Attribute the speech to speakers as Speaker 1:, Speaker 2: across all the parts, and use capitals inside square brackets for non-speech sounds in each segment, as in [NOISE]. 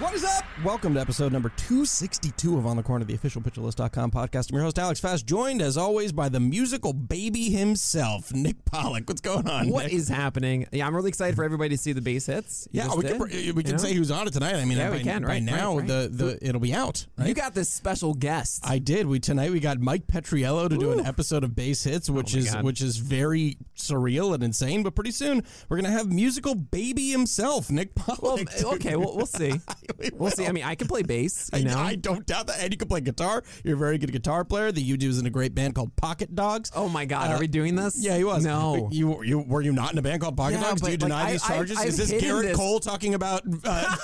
Speaker 1: What is up? Welcome to episode number 262 of On the Corner, the official pitcherlist.com podcast. I'm your host, Alex Fast, joined as always by the musical baby himself, Nick Pollock. What's going on?
Speaker 2: What
Speaker 1: Nick?
Speaker 2: is happening? Yeah, I'm really excited for everybody to see the base hits. You
Speaker 1: Yeah,
Speaker 2: just
Speaker 1: we can,
Speaker 2: did,
Speaker 1: we
Speaker 2: you
Speaker 1: can
Speaker 2: know?
Speaker 1: say who's on it tonight. I mean,
Speaker 2: Yeah,
Speaker 1: by,
Speaker 2: we can,
Speaker 1: by
Speaker 2: right, right,
Speaker 1: now
Speaker 2: right.
Speaker 1: the, the it'll be out. Right?
Speaker 2: You got this special guest.
Speaker 1: I did. We tonight we got Mike Petriello to do an episode of Base Hits, which is
Speaker 2: Oh God.
Speaker 1: which is very surreal and insane. But pretty soon we're gonna have musical baby himself, Nick Pollock. [LAUGHS]
Speaker 2: well,
Speaker 1: dude.
Speaker 2: okay, we'll, we'll see.
Speaker 1: [LAUGHS] We
Speaker 2: We'll see.
Speaker 1: will.
Speaker 2: I mean, I can play bass.
Speaker 1: I-
Speaker 2: You know,
Speaker 1: I don't doubt that. And you can play guitar. You're a very good guitar player. The you do is in a great band called Pocket Dogs.
Speaker 2: oh my God,
Speaker 1: Uh,
Speaker 2: are we doing this?
Speaker 1: Yeah, he was.
Speaker 2: No,
Speaker 1: [LAUGHS] you you were you not in a band called Pocket
Speaker 2: Yeah,
Speaker 1: Dogs? Do
Speaker 2: but,
Speaker 1: you deny
Speaker 2: like,
Speaker 1: these
Speaker 2: I- I-
Speaker 1: charges?
Speaker 2: I've
Speaker 1: is this
Speaker 2: hidden
Speaker 1: Garrett
Speaker 2: this.
Speaker 1: Cole talking about
Speaker 2: [LAUGHS]
Speaker 1: uh,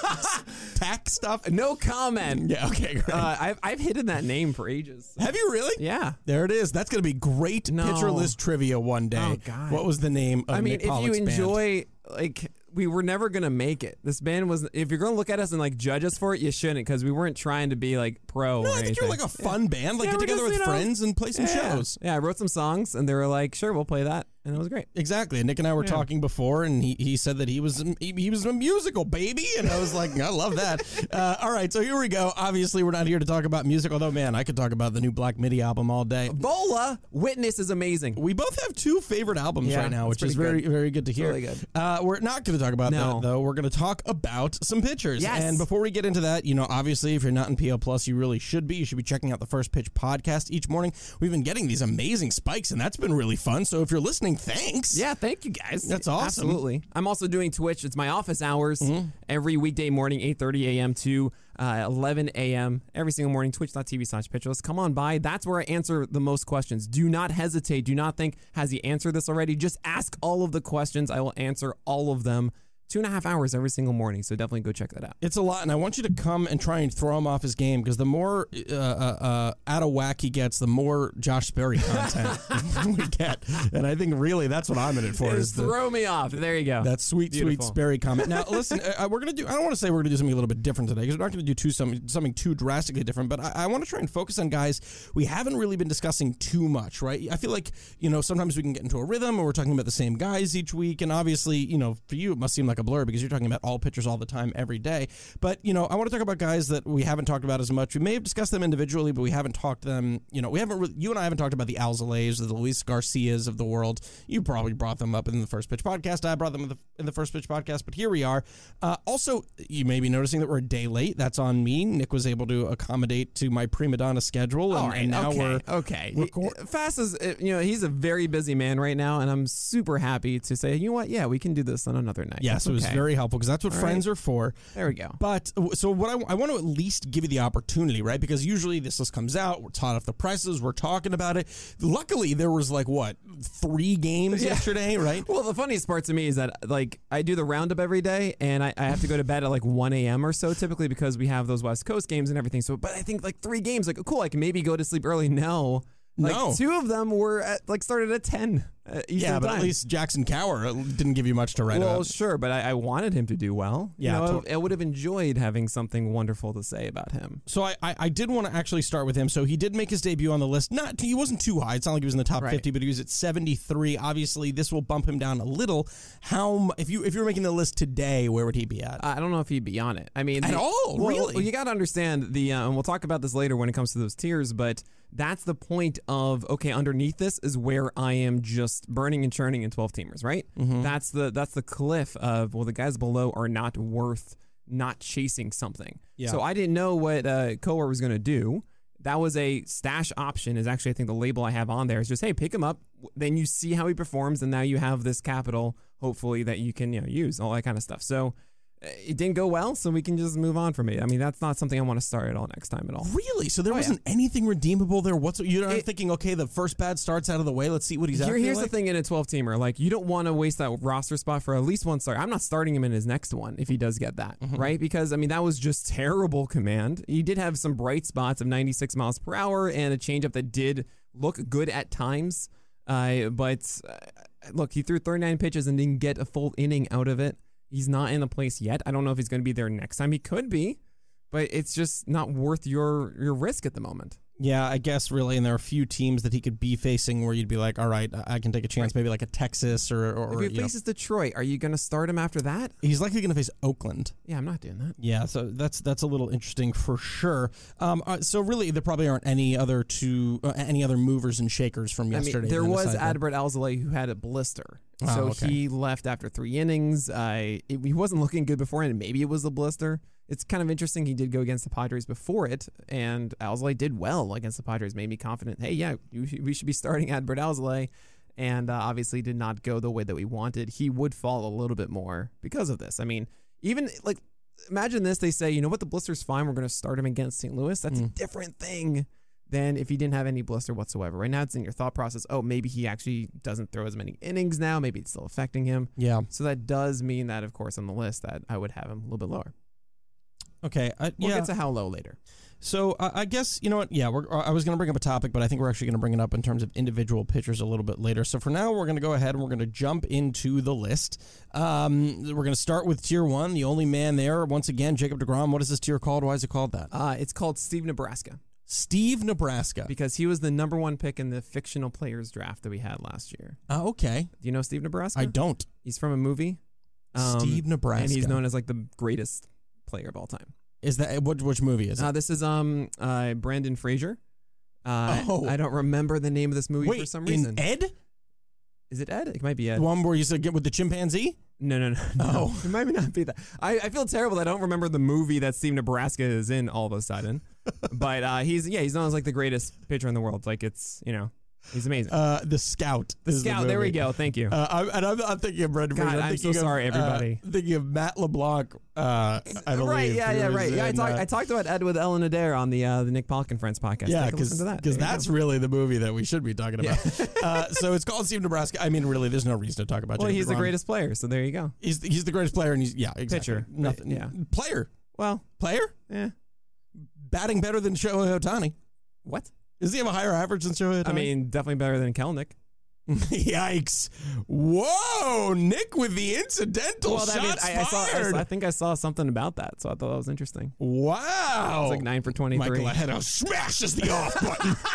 Speaker 1: tax stuff?
Speaker 2: no comment.
Speaker 1: Yeah, okay, great.
Speaker 2: Uh, I've I've hidden that name for ages.
Speaker 1: Have you really?
Speaker 2: Yeah.
Speaker 1: There it is. That's going to be great
Speaker 2: No.
Speaker 1: pitcher list trivia one day.
Speaker 2: Oh, God.
Speaker 1: What was the name of
Speaker 2: I mean,
Speaker 1: Nick
Speaker 2: if you
Speaker 1: Pollock's band?
Speaker 2: enjoy, like, we were never gonna make it. This band was. If you're gonna look at us and like judge us for it, you shouldn't, because we weren't trying to be like pro.
Speaker 1: No,
Speaker 2: or
Speaker 1: I think you're like
Speaker 2: anything.
Speaker 1: a fun band. Like
Speaker 2: Yeah,
Speaker 1: get
Speaker 2: we're
Speaker 1: together
Speaker 2: just,
Speaker 1: with
Speaker 2: you know,
Speaker 1: friends and play some
Speaker 2: Yeah.
Speaker 1: shows.
Speaker 2: Yeah, I wrote some songs, and they were like, "Sure, we'll play that," and it was great.
Speaker 1: Exactly. And Nick and I were talking before, and he, he said that he was he, he was a musical baby, and I was like, I love
Speaker 2: [LAUGHS]
Speaker 1: that. Uh, all right, so here we go. Obviously, we're not here to talk about music, although man, I could talk about the new Black Midi album all day.
Speaker 2: Bola Witness is amazing.
Speaker 1: We both have two favorite albums
Speaker 2: Yeah,
Speaker 1: right now,
Speaker 2: it's
Speaker 1: which is very
Speaker 2: pretty
Speaker 1: very good to hear.
Speaker 2: really good.
Speaker 1: Uh, we're not going to talk about
Speaker 2: No.
Speaker 1: that though. We're going to talk about some pitchers.
Speaker 2: Yes.
Speaker 1: And before we get into that, you know, obviously, if you're not in PL Plus, you really should be. You should be checking out the First Pitch podcast each morning. We've been getting these amazing spikes, and that's been really fun. So if you're listening, thanks.
Speaker 2: Yeah, thank you guys.
Speaker 1: That's awesome. Mm-hmm.
Speaker 2: Absolutely. I'm also doing Twitch. It's my office hours every weekday morning, 8:30 a.m. to uh, 11 a.m. every single morning. Twitch.tv slash pitchless. Come on by. That's where I answer the most questions. Do not hesitate. Do not think has he answered this already. Just ask all of the questions. I will answer all of them. Two and a half hours every single morning. So definitely go check that out.
Speaker 1: It's a lot, and I want you to come and try and throw him off his game because the more uh, uh, uh, out of whack he gets, the more Josh Berry content [LAUGHS] we get. And I think really that's what I'm in it for. is the-
Speaker 2: Throw me off. There you go.
Speaker 1: that sweet,
Speaker 2: Beautiful.
Speaker 1: sweet Sperry comment. Now, listen, uh, uh, we're gonna do. I don't want to say we're gonna do something a little bit different today because we're not gonna do too something something too drastically different. But I, I want to try and focus on guys we haven't really been discussing too much, right? I feel like you know sometimes we can get into a rhythm, or we're talking about the same guys each week, and obviously, you know, for you it must seem like a blur because you're talking about all pitchers all the time, every day. But you know, I want to talk about guys that we haven't talked about as much. We may have discussed them individually, but we haven't talked them. You know, we haven't. Really, you and I haven't talked about the Alzalays or the Luis Garcias of the world. You probably brought them up in the first pitch podcast. I brought them in the, in the first pitch podcast, but here we are. Uh, also, you may be noticing that we're a day late. That's on me. Nick was able to accommodate to my prima donna schedule, and,
Speaker 2: All right,
Speaker 1: and now
Speaker 2: okay, Oh,
Speaker 1: we're
Speaker 2: okay.
Speaker 1: we're cor-
Speaker 2: Fast is uh, you know he's a very busy man right now, and I'm super happy to say you know what, yeah, we can do this on another night.
Speaker 1: Yes,
Speaker 2: That's
Speaker 1: it was
Speaker 2: okay.
Speaker 1: very helpful because that's what friends are for.
Speaker 2: There we go.
Speaker 1: But uh, so what I, I want to at least give you the opportunity, right? Because usually this list comes out, we're taught off the prices, we're talking about it. Luckily, there was like what three
Speaker 2: [LAUGHS]
Speaker 1: games yesterday, right?
Speaker 2: Well, the funniest part to me is that like I do the roundup every day, and I, I have to go to bed at like 1 a.m. or so typically because we have those West Coast games and everything. So, but I think like three games, like cool, I can maybe go to sleep early. No, like
Speaker 1: No.
Speaker 2: two of them were at, like started at 10. Uh, Eastern
Speaker 1: yeah, but
Speaker 2: time.
Speaker 1: at least Jackson Cower uh, didn't give you much to write
Speaker 2: Well,
Speaker 1: about.
Speaker 2: sure, but I, I wanted him to do well. You
Speaker 1: Yeah,
Speaker 2: know,
Speaker 1: tot-
Speaker 2: I, I would have enjoyed having something wonderful to say about him.
Speaker 1: So I, I, I did want to actually start with him. So he did make his debut on the list. Not he wasn't too high. It's not like he was in the top
Speaker 2: Right.
Speaker 1: fifty, but he was at seventy three. Obviously, this will bump him down a little. How m- if you if you were making the list today, where would he be at?
Speaker 2: I don't know if he'd be on it. I mean,
Speaker 1: At
Speaker 2: the-
Speaker 1: all?
Speaker 2: Well,
Speaker 1: Really?
Speaker 2: well, you got to understand the, uh, and we'll talk about this later when it comes to those tiers. But that's the point of okay. Underneath this is where I am just burning and churning in twelve teamers. Right.
Speaker 1: Mm-hmm.
Speaker 2: That's the that's the cliff of well, the guys below are not worth not chasing something.
Speaker 1: Yeah.
Speaker 2: So I didn't know what uh, Coer was going to do. That was a stash option. Is actually I think the label I have on there is just hey, pick him up. Then you see how he performs, and now you have this capital hopefully that you can you know use all that kind of stuff. So uh, it didn't go well, so we can just move on from it. I mean, that's not something I want to start at all next time at all.
Speaker 1: Really? So there wasn't anything redeemable there whatsoever. You're not
Speaker 2: Oh, It-
Speaker 1: thinking, okay, the first bad starts out of the way. Let's see what he's
Speaker 2: Here,
Speaker 1: actually
Speaker 2: here's
Speaker 1: like.
Speaker 2: the thing in a 12 teamer, like you don't want to waste that roster spot for at least one start. I'm not starting him in his next one if he does get that,
Speaker 1: Mm-hmm.
Speaker 2: right? Because I mean that was just terrible command. He did have some bright spots of 96 miles per hour and a changeup that did look good at times, uh, but uh, look, he threw 39 pitches and didn't get a full inning out of it. He's not in a place yet. I don't know if he's going to be there next time. He could be, but it's just not worth your your risk at the moment.
Speaker 1: Yeah, I guess really, and there are a few teams that he could be facing where you'd be like, all right, I I can take a chance, maybe like a Texas or or,
Speaker 2: If he
Speaker 1: you know.
Speaker 2: faces Detroit, are you going to start him after that?
Speaker 1: he's likely going to face Oakland.
Speaker 2: Yeah, I'm not doing that.
Speaker 1: Yeah, so that's that's a little interesting for sure. Um, uh, so really, there probably aren't any other two uh, any other movers and shakers from
Speaker 2: I
Speaker 1: yesterday.
Speaker 2: mean, there
Speaker 1: then
Speaker 2: was
Speaker 1: aside from-
Speaker 2: Adbert Alzolay who had a blister.
Speaker 1: Oh,
Speaker 2: so
Speaker 1: okay.
Speaker 2: he left after three innings. I it, he wasn't looking good before, and maybe it was the blister. It's kind of interesting. He did go against the Padres before it, and Alzolay did well against the Padres. Made me confident. Hey, yeah, you should- we should be starting Adbert Alzolay, and uh, obviously did not go the way that we wanted. He would fall a little bit more because of this. I mean, even like imagine this. They say, you know what, the blister's fine. We're going to start him against St. Louis. That's
Speaker 1: Mm.
Speaker 2: a different thing than if he didn't have any blister whatsoever. Right now, it's in your thought process. Oh, maybe he actually doesn't throw as many innings now. Maybe it's still affecting him.
Speaker 1: Yeah.
Speaker 2: So that does mean that, of course, on the list that I would have him a little bit lower.
Speaker 1: Okay. I,
Speaker 2: We'll
Speaker 1: yeah.
Speaker 2: get to how low later.
Speaker 1: So I I guess you know what? Yeah, we're, I was going to bring up a topic, but I think we're actually going to bring it up in terms of individual pitchers a little bit later. So for now, we're going to go ahead and we're going to jump into the list. Um, we're going to start with tier one. The only man there, once again, Jacob Degrom. What is this tier called? Why is it called that?
Speaker 2: Uh, it's called Steve Nebraska
Speaker 1: Steve Nebraska.
Speaker 2: because he was the number one pick in the fictional players draft that we had last year.
Speaker 1: Uh, okay,
Speaker 2: Do you know Steve Nebraska?
Speaker 1: I don't.
Speaker 2: He's from a movie.
Speaker 1: Steve Nebraska.
Speaker 2: Um, And he's known as like the greatest player of all time.
Speaker 1: Is that which, which movie is it?
Speaker 2: Uh, this is um uh, Brandon Fraser. Uh,
Speaker 1: Oh.
Speaker 2: I don't remember the name of this movie
Speaker 1: Wait,
Speaker 2: for some reason.
Speaker 1: in Ed,
Speaker 2: Is it Ed? It might be Ed.
Speaker 1: the one where he's like, with the chimpanzee.
Speaker 2: No, no, no. no.
Speaker 1: Oh.
Speaker 2: [LAUGHS] It might not be that. I, I feel terrible that I don't remember the movie that Steve Nebraska is in all of
Speaker 1: [LAUGHS]
Speaker 2: a sudden. but uh, he's, yeah, he's known as like the greatest pitcher in the world. Like it's, you know, he's amazing.
Speaker 1: Uh, the Scout.
Speaker 2: the
Speaker 1: is
Speaker 2: scout, there we
Speaker 1: movie.
Speaker 2: go. Thank you.
Speaker 1: Uh, I'm, and I'm, I'm thinking of Brendan.
Speaker 2: God,
Speaker 1: Fraser.
Speaker 2: I'm
Speaker 1: thinking
Speaker 2: so
Speaker 1: of,
Speaker 2: sorry, everybody.
Speaker 1: Uh, thinking of Matt LeBlanc. Uh, I believe.
Speaker 2: right, yeah,
Speaker 1: who
Speaker 2: yeah,
Speaker 1: was
Speaker 2: right. Yeah, I,
Speaker 1: in,
Speaker 2: talk,
Speaker 1: uh,
Speaker 2: I talked about Ed with Ellen Adair on the uh, the Nick Palkin Friends podcast.
Speaker 1: yeah,
Speaker 2: Take a listen
Speaker 1: because
Speaker 2: to that. There you
Speaker 1: that's
Speaker 2: go.
Speaker 1: really the movie that we should be talking about.
Speaker 2: [LAUGHS]
Speaker 1: uh, so it's called Steve Nebraska. I mean, really, there's no reason to talk about.
Speaker 2: well,
Speaker 1: Jacob
Speaker 2: he's the
Speaker 1: deGrom.
Speaker 2: greatest player. So there you go.
Speaker 1: He's the, he's the greatest player, and he's yeah, exactly.
Speaker 2: Pitcher.
Speaker 1: Nothing.
Speaker 2: Yeah.
Speaker 1: Player.
Speaker 2: Well, eh,
Speaker 1: Player.
Speaker 2: yeah.
Speaker 1: Batting better than Shohei Otani.
Speaker 2: What?
Speaker 1: Does he have a higher average than Shohei Otani?
Speaker 2: I mean, definitely better than Kelnick.
Speaker 1: [LAUGHS] Yikes! Whoa, Nick with the incidental
Speaker 2: Well, that means
Speaker 1: shots
Speaker 2: I, I, saw, I,
Speaker 1: fired.
Speaker 2: saw- I think I saw something about that, so I thought that was interesting.
Speaker 1: wow,
Speaker 2: It's like nine for twenty-three.
Speaker 1: Michael Ahedo smashes the off button. [LAUGHS]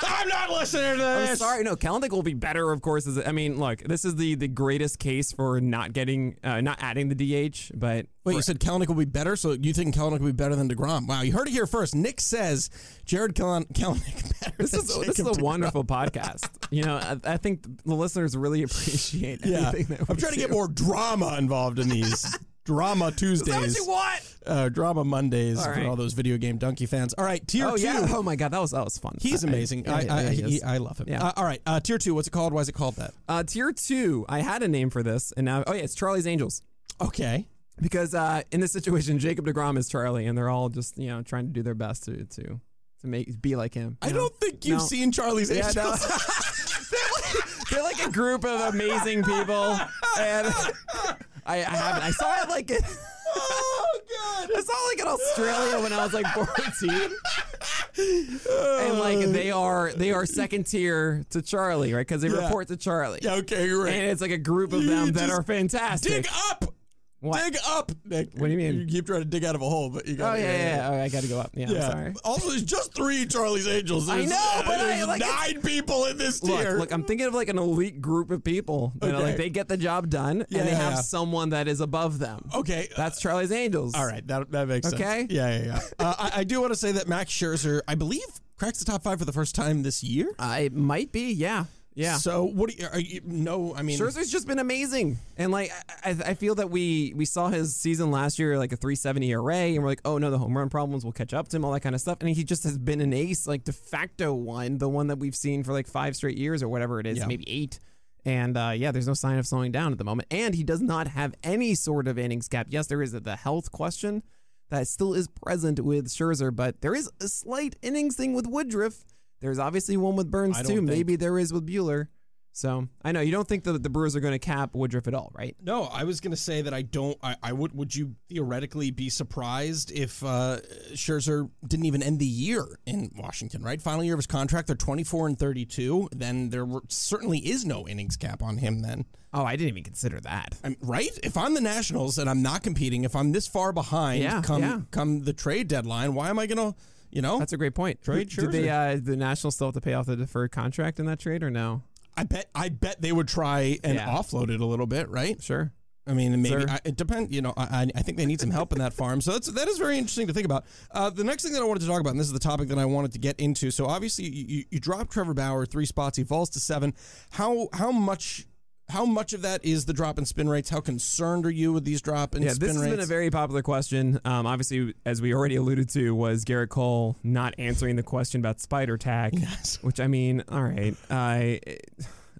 Speaker 1: I'm not listening to
Speaker 2: I'm
Speaker 1: this.
Speaker 2: sorry. No, Kalanick will be better, of course. As I mean, look, this is the the greatest case for not getting, uh, not adding the DH. But
Speaker 1: Wait, you said Kalanick will be better, so you think Kalanick will be better than Degrom? Wow, you heard it here first. Nick says Jared Kalan- Kalanick [LAUGHS] better.
Speaker 2: this is this is a wonderful podcast. You know, I, I think the listeners really appreciate
Speaker 1: Yeah,
Speaker 2: everything that we
Speaker 1: I'm trying to
Speaker 2: do.
Speaker 1: get more drama involved in these
Speaker 2: [LAUGHS]
Speaker 1: drama
Speaker 2: That what
Speaker 1: Tuesdays,
Speaker 2: you want?
Speaker 1: uh, drama Mondays
Speaker 2: All
Speaker 1: for
Speaker 2: right.
Speaker 1: all those video game donkey fans. All right, tier
Speaker 2: Oh
Speaker 1: two.
Speaker 2: yeah. Oh my god, that was that was fun.
Speaker 1: He's
Speaker 2: I-
Speaker 1: amazing.
Speaker 2: yeah,
Speaker 1: I,
Speaker 2: yeah,
Speaker 1: I,
Speaker 2: he
Speaker 1: he-
Speaker 2: is.
Speaker 1: I love him.
Speaker 2: Yeah.
Speaker 1: Uh, all right. Uh, tier two. What's it called? Why is it called that?
Speaker 2: Uh, tier two. I had a name for this, and now oh yeah, it's Charlie's Angels.
Speaker 1: Okay.
Speaker 2: Because uh, in this situation, Jacob Degrom is Charlie, and they're all just you know trying to do their best to to to make be like him.
Speaker 1: I
Speaker 2: you know?
Speaker 1: don't think you've
Speaker 2: No.
Speaker 1: seen Charlie's
Speaker 2: Yeah,
Speaker 1: Angels.
Speaker 2: no. They're like a group of amazing people, and I, I haven't. I saw it like in,
Speaker 1: [LAUGHS] oh God.
Speaker 2: [LAUGHS] I saw it like in Australia when I was like fourteen. and like they are they are second tier to Charlie, right? Because they
Speaker 1: Yeah.
Speaker 2: report to Charlie.
Speaker 1: okay, you're right.
Speaker 2: And it's like a group of
Speaker 1: You
Speaker 2: them that
Speaker 1: just
Speaker 2: are
Speaker 1: [LAUGHS]
Speaker 2: fantastic.
Speaker 1: dig up.
Speaker 2: What?
Speaker 1: Dig up, Nick.
Speaker 2: What do you mean?
Speaker 1: You keep trying to dig out of a hole, but you
Speaker 2: Oh
Speaker 1: got.
Speaker 2: yeah, yeah. yeah. Oh, I got to go up. Yeah,
Speaker 1: Yeah.
Speaker 2: I'm sorry.
Speaker 1: Also, there's just three Charlie's Angels.
Speaker 2: I
Speaker 1: There's,
Speaker 2: know, but I,
Speaker 1: there's
Speaker 2: like, it's-
Speaker 1: nine people in this
Speaker 2: Look,
Speaker 1: tier.
Speaker 2: look, I'm thinking of like an elite group of people. You know,
Speaker 1: Okay.
Speaker 2: like they get the job done
Speaker 1: Yeah,
Speaker 2: and they
Speaker 1: yeah,
Speaker 2: have
Speaker 1: yeah.
Speaker 2: someone that is above them.
Speaker 1: okay, uh,
Speaker 2: That's Charlie's Angels.
Speaker 1: All right, that, that makes
Speaker 2: Okay.
Speaker 1: sense. Yeah, yeah,
Speaker 2: [LAUGHS]
Speaker 1: yeah. uh, I, I do want to say that Max Scherzer, I believe, cracks the top five for the first time this year.
Speaker 2: Uh, it might be, yeah. Yeah.
Speaker 1: So what do you, are you no? I mean,
Speaker 2: Scherzer's just been amazing, and like I, I- I feel that we we saw his season last year like a 370 ERA, and we're like, oh no, the home run problems will catch up to him, all that kind of stuff, and he just has been an ace, like de facto one, the one that we've seen for like five straight years or whatever it is,
Speaker 1: Yeah.
Speaker 2: maybe eight. And uh, yeah, there's no sign of slowing down at the moment, and he does not have any sort of innings cap. Yes, there is the health question that still is present with Scherzer, but there is a slight innings thing with Woodruff. There's obviously one with Burns
Speaker 1: I don't
Speaker 2: too.
Speaker 1: think-
Speaker 2: Maybe there is with Bueller. So I know you don't think that the Brewers are going to cap Woodruff at all, right?
Speaker 1: no. I was gonna say that I don't. I, I would. Would you theoretically be surprised if uh, Scherzer didn't even end the year in Washington? Right, final year of his contract. They're 24 and 32. Then there were, certainly is no innings cap on him. Then
Speaker 2: Oh, I didn't even consider that.
Speaker 1: I'm, right? If I'm the Nationals and I'm not competing, if I'm this far behind,
Speaker 2: Yeah,
Speaker 1: come
Speaker 2: yeah.
Speaker 1: come the trade deadline, why am I gonna, you know?
Speaker 2: That's a great point.
Speaker 1: Trade
Speaker 2: Did they, uh, the Nationals still have to pay off the deferred contract in that trade, or no?
Speaker 1: I bet I bet they would try and
Speaker 2: Yeah.
Speaker 1: offload it a little bit, right?
Speaker 2: Sure.
Speaker 1: I mean, maybe
Speaker 2: Sure.
Speaker 1: I, it depends. You know, I, I- I think they need some help in that farm. So that's that is very interesting to think about. Uh, the next thing that I wanted to talk about, and this is the topic that I wanted to get into. So obviously, you, you- you drop Trevor Bauer three spots. He falls to seven. How how much? How much of that is the drop in spin rates? How concerned are you with these drop in
Speaker 2: Yeah,
Speaker 1: spin
Speaker 2: this has
Speaker 1: rates?
Speaker 2: been a very popular question. Um, obviously, as we already alluded to, was Garrett Cole not answering the question about spider tack?
Speaker 1: Yes.
Speaker 2: [LAUGHS] Which I mean, all right, I,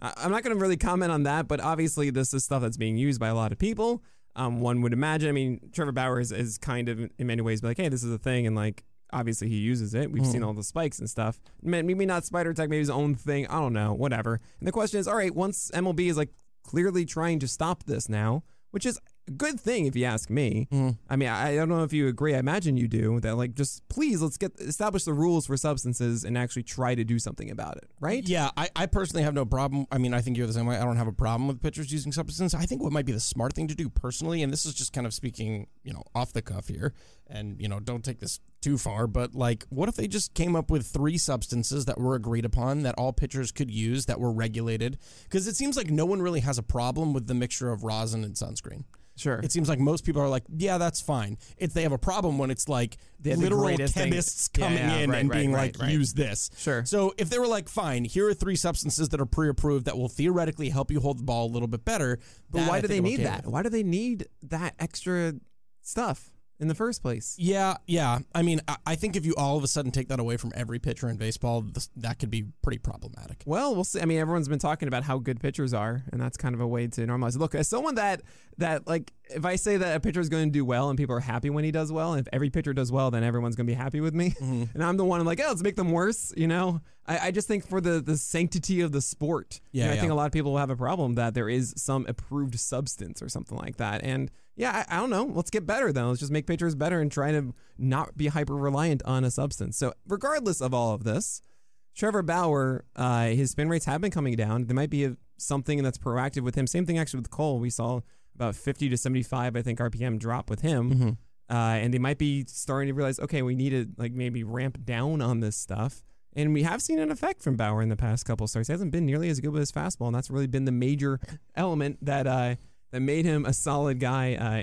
Speaker 2: I I'm not going to really comment on that, but obviously this is stuff that's being used by a lot of people. Um, one would imagine. I mean, Trevor Bauer is, is kind of in many ways like, hey, this is a thing, and like obviously he uses it.
Speaker 1: Hmm.
Speaker 2: We've seen all the spikes and stuff. Ma- Maybe not spider tech, maybe his own thing. I don't know, whatever. And the question is, all right, once MLB is like clearly trying to stop this now, which is a good thing if you ask me.
Speaker 1: Mm-hmm.
Speaker 2: I mean, I I don't know if you agree. I imagine you do. That like, just please let's get establish the rules for substances and actually try to do something about it, right?
Speaker 1: Yeah, I, I personally have no problem. I mean, I think you're the same way. I don't have a problem with pitchers using substances. I think what might be the smart thing to do personally, and this is just kind of speaking, you know, off the cuff here, and, you know, don't take this too far, but like, what if they just came up with three substances that were agreed upon that all pitchers could use that were regulated? Because it seems like no one really has a problem with the mixture of rosin and sunscreen.
Speaker 2: Sure.
Speaker 1: It seems like most people are like, yeah, that's fine. It's they have a problem when it's like
Speaker 2: have the
Speaker 1: literal
Speaker 2: greatest thing.
Speaker 1: chemists
Speaker 2: Yeah,
Speaker 1: coming
Speaker 2: yeah,
Speaker 1: in
Speaker 2: right,
Speaker 1: and
Speaker 2: right,
Speaker 1: being
Speaker 2: right,
Speaker 1: like,
Speaker 2: right.
Speaker 1: use this.
Speaker 2: Sure.
Speaker 1: So if they were like, fine, here are three substances that are pre-approved that will theoretically help you hold the ball a little bit better.
Speaker 2: but
Speaker 1: that
Speaker 2: why
Speaker 1: I
Speaker 2: do they
Speaker 1: think I'm
Speaker 2: need
Speaker 1: okay
Speaker 2: that?
Speaker 1: with.
Speaker 2: Why do they need that extra stuff in the first place?
Speaker 1: Yeah, yeah. I mean, I, I think if you all of a sudden take that away from every pitcher in baseball, this, that could be pretty problematic.
Speaker 2: Well, we'll see. I mean, everyone's been talking about how good pitchers are, and that's kind of a way to normalize. Look, as someone that that like, if I say that a pitcher is going to do well and people are happy when he does well, and if every pitcher does well, then everyone's going to be happy with me.
Speaker 1: Mm-hmm.
Speaker 2: And I'm the one. I'm like, oh, let's make them worse. You know, I, I just think for the the sanctity of the sport, you
Speaker 1: Yeah,
Speaker 2: know, I
Speaker 1: yeah.
Speaker 2: think a lot of people will have a problem that there is some approved substance or something like that, and. Yeah, I, I don't know. Let's get better then. Let's just make pitchers better and try to not be hyper reliant on a substance. So, regardless of all of this, Trevor Bauer, uh, his spin rates have been coming down. There might be a, something that's proactive with him. Same thing actually with Cole. We saw about 50 to 75, I think, RPM drop with him. Uh, and they might be starting to realize, okay, we need to like maybe ramp down on this stuff. And we have seen an effect from Bauer in the past couple starts. He hasn't been nearly as good with his fastball, and that's really been the major element that uh, that made him a solid guy uh, i-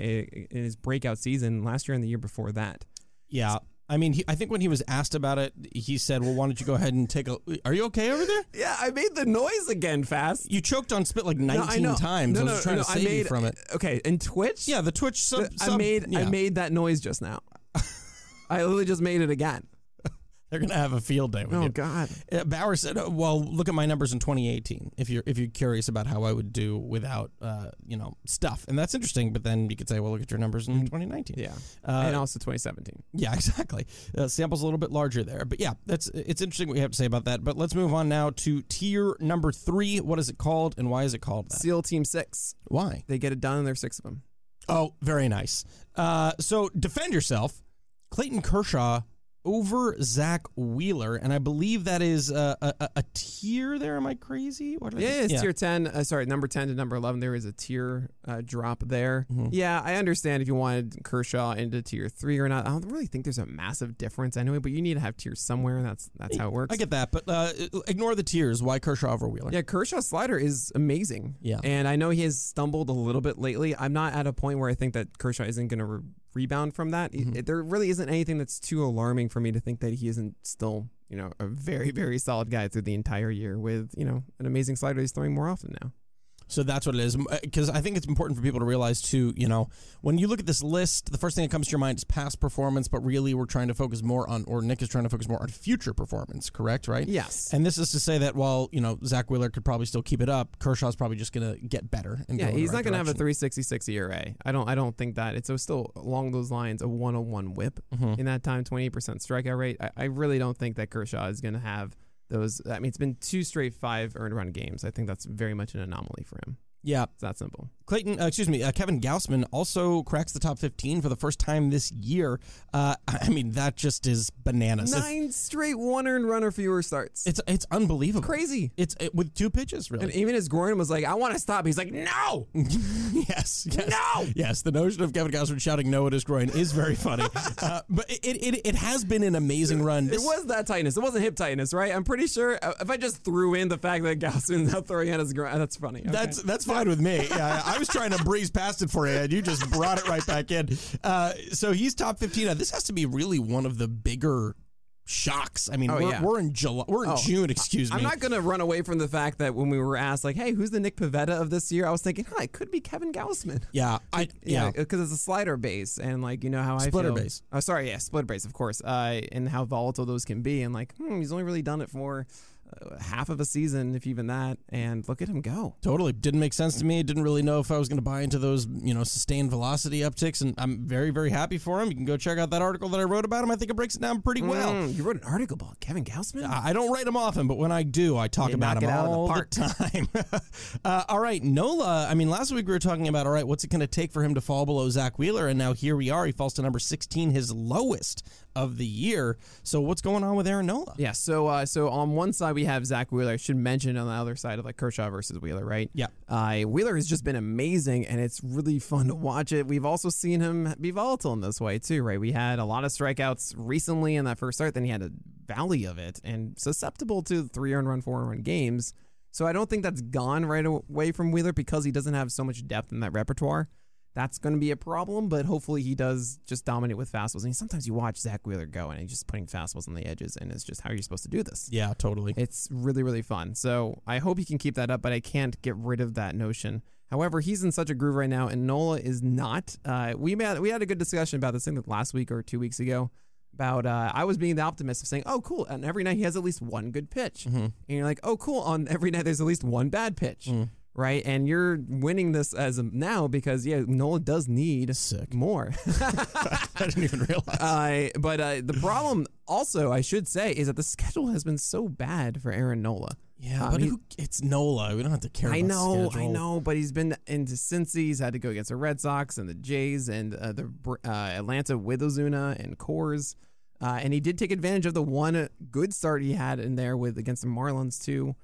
Speaker 2: in his breakout season last year and the year before that.
Speaker 1: Yeah. I mean, he, I think when he was asked about it, he said, "Well, why don't you go ahead and take a? Are you okay over there?
Speaker 2: Yeah, I made the noise again fast.
Speaker 1: You choked on spit like
Speaker 2: No, I
Speaker 1: 19
Speaker 2: know.
Speaker 1: times.
Speaker 2: No,
Speaker 1: I was
Speaker 2: no,
Speaker 1: just trying
Speaker 2: no,
Speaker 1: to
Speaker 2: I
Speaker 1: save you
Speaker 2: made-
Speaker 1: from it.
Speaker 2: Okay, and Twitch.
Speaker 1: Yeah, the Twitch sub.
Speaker 2: I
Speaker 1: sub-
Speaker 2: made I
Speaker 1: yeah.
Speaker 2: made that noise
Speaker 1: [LAUGHS]
Speaker 2: just now. I literally just made it again.
Speaker 1: They're gonna have a field day with
Speaker 2: Oh
Speaker 1: you.
Speaker 2: God.
Speaker 1: Uh, Bauer said, uh, "Well, look at my numbers in 2018. If you're if you're curious about how I would do without, uh, you know, stuff, and that's interesting. But then you could say, well, look at your numbers in 2019.
Speaker 2: Mm. Yeah.
Speaker 1: Uh,
Speaker 2: and also 2017.
Speaker 1: yeah, [LAUGHS] exactly. Uh, sample's a little bit larger there, but yeah, that's it's interesting what you have to say about that. But let's move on now to tier number three. What is it called, and why is it called that?
Speaker 2: SEAL Team Six.
Speaker 1: Why?
Speaker 2: They get it done. and There's six of them.
Speaker 1: Oh, very nice. Uh, so defend yourself. Clayton Kershaw over Zach Wheeler, and I believe that is uh, a, a, a tier there. Am I crazy? What did I
Speaker 2: Yeah,
Speaker 1: do?
Speaker 2: it's tier 10. Uh, sorry, number 10 to number 11. There is a tier uh, drop there.
Speaker 1: Mm-hmm.
Speaker 2: Yeah, I understand if you wanted Kershaw into tier 3 or not. I don't really think there's a massive difference anyway, but you need to have tiers somewhere. and That's that's how it works.
Speaker 1: I get that, but uh, ignore the tiers. Why Kershaw over Wheeler?
Speaker 2: Yeah, Kershaw's slider is amazing.
Speaker 1: Yeah.
Speaker 2: And I know he has stumbled a little bit lately. I'm not at a point where I think that Kershaw isn't going to re- rebound from that. It- it- there really isn't anything that's too alarming for me to think that he isn't still, you know, a very, very solid guy through the entire year with, you know, an amazing slider he's throwing more often now.
Speaker 1: So that's what it is. Because I think it's important for people to realize, too, you know, when you look at this list, the first thing that comes to your mind is past performance, but really we're trying to focus more on, or Nick is trying to focus more on future performance, correct? Right?
Speaker 2: Yes.
Speaker 1: And this is to say that while, you know, Zach Wheeler could probably still keep it up, Kershaw's probably just going to get better. And
Speaker 2: Yeah,
Speaker 1: go in the
Speaker 2: he's
Speaker 1: right
Speaker 2: not going to have a
Speaker 1: direction.
Speaker 2: 366 ERA. I don't I don't think that. It's still along those lines a 101 whip
Speaker 1: Mm-hmm.
Speaker 2: in that time, 28% strikeout rate. I, I really don't think that Kershaw is going to have those. I mean, it's been two straight five earned run games. I think that's very much an anomaly for him.
Speaker 1: Yeah.
Speaker 2: It's that simple.
Speaker 1: Clayton, uh, excuse me, uh, Kevin Gausman also cracks the top 15 for the first time this year. Uh, I mean, that just is bananas. It's-
Speaker 2: Nine straight one earned run or fewer starts.
Speaker 1: It's, it's unbelievable.
Speaker 2: crazy.
Speaker 1: It's it, with two pitches, really.
Speaker 2: And even his groin was like, I want to stop. He's like, no.
Speaker 1: [LAUGHS] yes, yes.
Speaker 2: No!
Speaker 1: Yes, the notion of Kevin Gausman shouting no at his groin is very funny.
Speaker 2: [LAUGHS]
Speaker 1: uh, but it, it, it has been an amazing run.
Speaker 2: It
Speaker 1: This-
Speaker 2: was that tightness. It wasn't hip tightness, right? I'm pretty sure uh, if I just threw in the fact that [LAUGHS] Gausman's not throwing at his groin, that's funny. Okay.
Speaker 1: That's that's fine with me. Yeah, I was trying to breeze past it for you, and you just brought it right back in. Uh, so he's top fifteen. Now, this has to be really one of the bigger shocks. I mean,
Speaker 2: Oh,
Speaker 1: we're,
Speaker 2: yeah.
Speaker 1: we're in July. We're in
Speaker 2: Oh,
Speaker 1: June. Excuse me.
Speaker 2: I'm not going to run away from the fact that when we were asked, like, hey, who's the Nick Pavetta of this year? I was thinking, huh, it could be Kevin [LAUGHS] Gausman.
Speaker 1: yeah, I yeah.
Speaker 2: Because it's a slider base and, like, you know how I
Speaker 1: Splitter
Speaker 2: feel.
Speaker 1: base.
Speaker 2: Oh, sorry. Yeah, splitter base, of course. Uh, and how volatile those can be. And, like, hmm, he's only really done it for uh, half of a season, if even that. And look at him go.
Speaker 1: Totally didn't make sense to me. Didn't really know if I was going to buy into those, you know, sustained velocity upticks. And I'm very, very happy for him. You can go check out that article that I wrote about him. I think it breaks it down pretty well.
Speaker 2: Mm, you wrote an article about Kevin Gausman?
Speaker 1: I I don't write them often, but when I do, I talk
Speaker 2: You
Speaker 1: about
Speaker 2: knock
Speaker 1: them
Speaker 2: it out of the
Speaker 1: all the, [LAUGHS]
Speaker 2: park.
Speaker 1: time. uh, all right, Nola. I mean, last week we were talking about all right, what's it going to take for him to fall below Zach Wheeler, and now here we are. He falls to number sixteen, his lowest of the year. So what's going on with Aaron Nola?
Speaker 2: Yeah, so uh, so on one side we have Zach Wheeler. I should mention on the other side of like Kershaw versus Wheeler, right?
Speaker 1: Yeah.
Speaker 2: Uh, Wheeler has just been amazing, and it's really [LAUGHS] fun to watch it. We've also seen him be volatile in this way too, right? We had a lot of strikeouts recently in that first start, then he had a valley of it, and susceptible to three earned run, four earned run games. So I don't think that's gone right away from Wheeler because he doesn't have so much depth in that repertoire. That's going to be a problem, but hopefully he does just dominate with fastballs. And sometimes you watch Zach Wheeler go and he's just putting fastballs on the edges, and it's just how you're supposed to do this.
Speaker 1: Yeah, totally.
Speaker 2: It's really, really fun. So I hope he can keep that up, but I can't get rid of that notion. However, he's in such a groove right now, and Nola is not. Uh, we had we had a good discussion about this I think last week or two weeks ago. About uh, I was being the optimist of saying, oh cool, and every night he has at least one good pitch, and you're like, oh cool, on every night there's at least one bad pitch, right? And you're winning this as of now because yeah, Nola does need
Speaker 1: Sick.
Speaker 2: more.
Speaker 1: [LAUGHS]
Speaker 2: [LAUGHS]
Speaker 1: I didn't even realize.
Speaker 2: Uh, but uh, the problem also, I should say, is that the schedule has been so bad for Aaron Nola.
Speaker 1: yeah,
Speaker 2: um,
Speaker 1: but
Speaker 2: he-
Speaker 1: who, it's Nola. We don't have to care.
Speaker 2: I
Speaker 1: about
Speaker 2: know, I
Speaker 1: schedule.
Speaker 2: know, but he's been into Cincy. He's had to go against the Red Sox and the Jays and uh, the Br- uh, Atlanta with Ozuna and Coors. Uh, and he did take advantage of the one good start he had in there with against the Marlins too.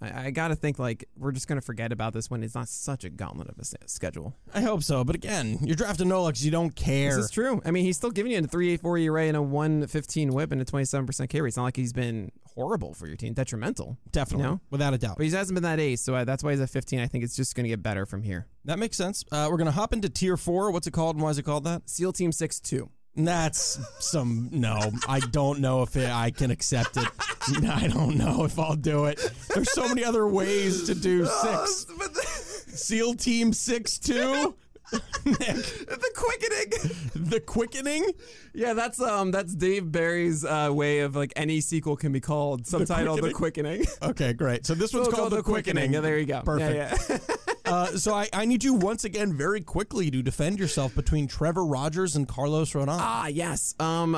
Speaker 2: I, I gotta think like we're just gonna forget about this when it's not such a gauntlet of a s- schedule.
Speaker 1: I hope so. But again, you're drafting Nola because you don't care.
Speaker 2: This is true. I mean, he's still giving you a 3.84 ERA and a 1.15 whip and a 27% K rate. It's not like he's been horrible for your team, detrimental.
Speaker 1: Definitely,
Speaker 2: No.
Speaker 1: without a doubt.
Speaker 2: But he hasn't been that ace, so uh, that's why he's at 15. I think it's just going to get better from here.
Speaker 1: That makes sense. Uh, we're gonna hop into tier four. What's it called, and why is it called that?
Speaker 2: SEAL Team 6 2.
Speaker 1: That's some no. I don't know if it, I can accept it. [LAUGHS] I don't know if I'll do it. There's so many other ways to do
Speaker 2: [LAUGHS]
Speaker 1: six. Seal Team Six Two. [LAUGHS] Nick,
Speaker 2: The quickening.
Speaker 1: the quickening.
Speaker 2: [LAUGHS] yeah, that's um, that's Dave Barry's uh, way of like any sequel can be called subtitled The
Speaker 1: [LAUGHS]
Speaker 2: Quickening.
Speaker 1: Okay, great. So this one's
Speaker 2: It's
Speaker 1: Oh, called, the quickening.
Speaker 2: Yeah, there you go.
Speaker 1: Perfect.
Speaker 2: Yeah, [LAUGHS] yeah.
Speaker 1: Uh, so I, I need you once again very quickly to defend yourself between Trevor Rogers and Carlos Rodon.
Speaker 2: Ah, yes. Um,